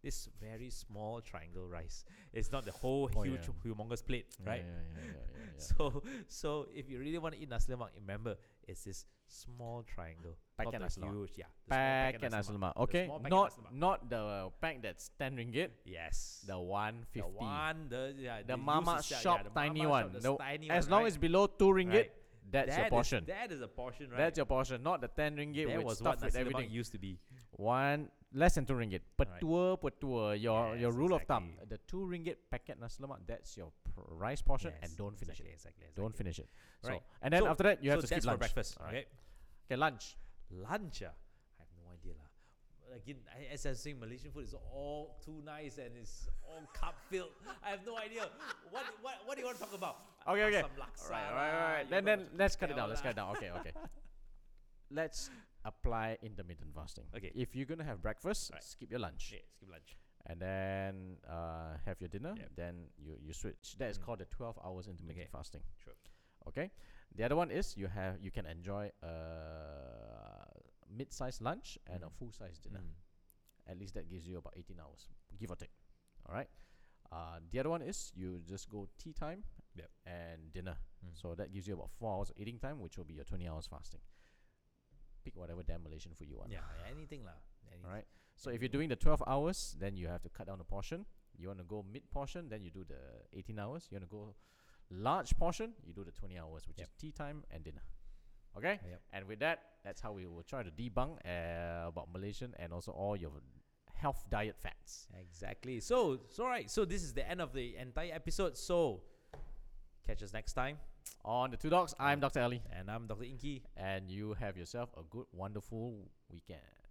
[SPEAKER 2] This very small triangle rice. It's not the whole
[SPEAKER 1] Oh,
[SPEAKER 2] huge,
[SPEAKER 1] yeah.
[SPEAKER 2] humongous plate,
[SPEAKER 1] Yeah,
[SPEAKER 2] right?
[SPEAKER 1] Yeah, yeah, yeah, yeah, yeah.
[SPEAKER 2] So, so if you really want to eat nasi lemak, remember it's this small triangle,
[SPEAKER 1] Packet
[SPEAKER 2] not
[SPEAKER 1] nasi
[SPEAKER 2] the
[SPEAKER 1] lemak.
[SPEAKER 2] huge, yeah, the small
[SPEAKER 1] pack and nasi lemak.
[SPEAKER 2] The
[SPEAKER 1] Okay,
[SPEAKER 2] small packet
[SPEAKER 1] not
[SPEAKER 2] nasi lemak.
[SPEAKER 1] not the pack that's ten ringgit.
[SPEAKER 2] yes,
[SPEAKER 1] The one
[SPEAKER 2] the
[SPEAKER 1] fifty.
[SPEAKER 2] one, the yeah,
[SPEAKER 1] The
[SPEAKER 2] used to
[SPEAKER 1] mama
[SPEAKER 2] sell- yeah,
[SPEAKER 1] shop
[SPEAKER 2] the
[SPEAKER 1] tiny
[SPEAKER 2] mama shop,
[SPEAKER 1] one.
[SPEAKER 2] the
[SPEAKER 1] No,
[SPEAKER 2] tiny
[SPEAKER 1] as
[SPEAKER 2] one,
[SPEAKER 1] long as
[SPEAKER 2] right?
[SPEAKER 1] below two ringgit,
[SPEAKER 2] Right.
[SPEAKER 1] that's
[SPEAKER 2] That
[SPEAKER 1] your
[SPEAKER 2] is-
[SPEAKER 1] portion.
[SPEAKER 2] that is a portion, right?
[SPEAKER 1] That's your portion, not the ten ringgit
[SPEAKER 2] that
[SPEAKER 1] with
[SPEAKER 2] was
[SPEAKER 1] stuff
[SPEAKER 2] what
[SPEAKER 1] with
[SPEAKER 2] nasi lemak
[SPEAKER 1] everything.
[SPEAKER 2] used to be.
[SPEAKER 1] One less than two ringgit.
[SPEAKER 2] Alright.
[SPEAKER 1] Petua, petua. Your your
[SPEAKER 2] Yes,
[SPEAKER 1] rule of thumb.
[SPEAKER 2] exactly.
[SPEAKER 1] The two ringgit packet nasi lemak. That's your pr- rice portion, and
[SPEAKER 2] Yes,
[SPEAKER 1] don't finish
[SPEAKER 2] exactly,
[SPEAKER 1] it.
[SPEAKER 2] Exactly, exactly.
[SPEAKER 1] Don't finish it. So
[SPEAKER 2] Right.
[SPEAKER 1] and then
[SPEAKER 2] So-
[SPEAKER 1] after that you have to
[SPEAKER 2] so
[SPEAKER 1] skip
[SPEAKER 2] that's
[SPEAKER 1] lunch.
[SPEAKER 2] for breakfast.
[SPEAKER 1] Alright.
[SPEAKER 2] Okay.
[SPEAKER 1] Okay, lunch.
[SPEAKER 2] Lunch, ah, I have no idea lah. Again, I- as I'm saying, Malaysian food is all too nice and it's all cup filled. I have no idea. What, what what do you want to talk about?
[SPEAKER 1] Okay, okay.
[SPEAKER 2] Asam laksa.
[SPEAKER 1] Alright, alright, alright. Then then let's cut it down. Let's cut it down. Okay, okay. let's apply intermittent fasting.
[SPEAKER 2] Okay.
[SPEAKER 1] If you're gonna have breakfast,
[SPEAKER 2] Alright.
[SPEAKER 1] skip your lunch.
[SPEAKER 2] Okay, skip lunch.
[SPEAKER 1] and then uh, have your dinner.
[SPEAKER 2] Yep.
[SPEAKER 1] Then you, you switch. That is
[SPEAKER 2] Mm.
[SPEAKER 1] called the twelve hours intermittent
[SPEAKER 2] Okay.
[SPEAKER 1] fasting.
[SPEAKER 2] Sure.
[SPEAKER 1] Okay. The other one is you have you can enjoy a mid-sized lunch and a
[SPEAKER 2] Mhm.
[SPEAKER 1] full-sized dinner. At least that gives you about eighteen hours, give or take. All right. Uh, the other one is you just go tea time
[SPEAKER 2] Yep.
[SPEAKER 1] and dinner.
[SPEAKER 2] Mm.
[SPEAKER 1] So that gives you about four hours of eating time, which will be your twenty hours fasting. Pick whatever damn Malaysian food you want.
[SPEAKER 2] Yeah, yeah, anything lah. anything.
[SPEAKER 1] All right. So if
[SPEAKER 2] Anything
[SPEAKER 1] you're doing the 12 hours, then you have to cut down the portion. You want to go mid portion, then you do the 18 hours. You want to go large portion, you do the 20 hours, which
[SPEAKER 2] Yep.
[SPEAKER 1] is tea time and dinner. Okay?
[SPEAKER 2] Yep.
[SPEAKER 1] And with that, that's how we will try to debunk uh, about Malaysian and also all your health diet fads.
[SPEAKER 2] Exactly. So, so right. So this is the end of the entire episode. So, catch us next time.
[SPEAKER 1] On the two dogs, I'm Dr. Ali,
[SPEAKER 2] And I'm Dr. Inky.
[SPEAKER 1] and you have yourself a good, wonderful weekend.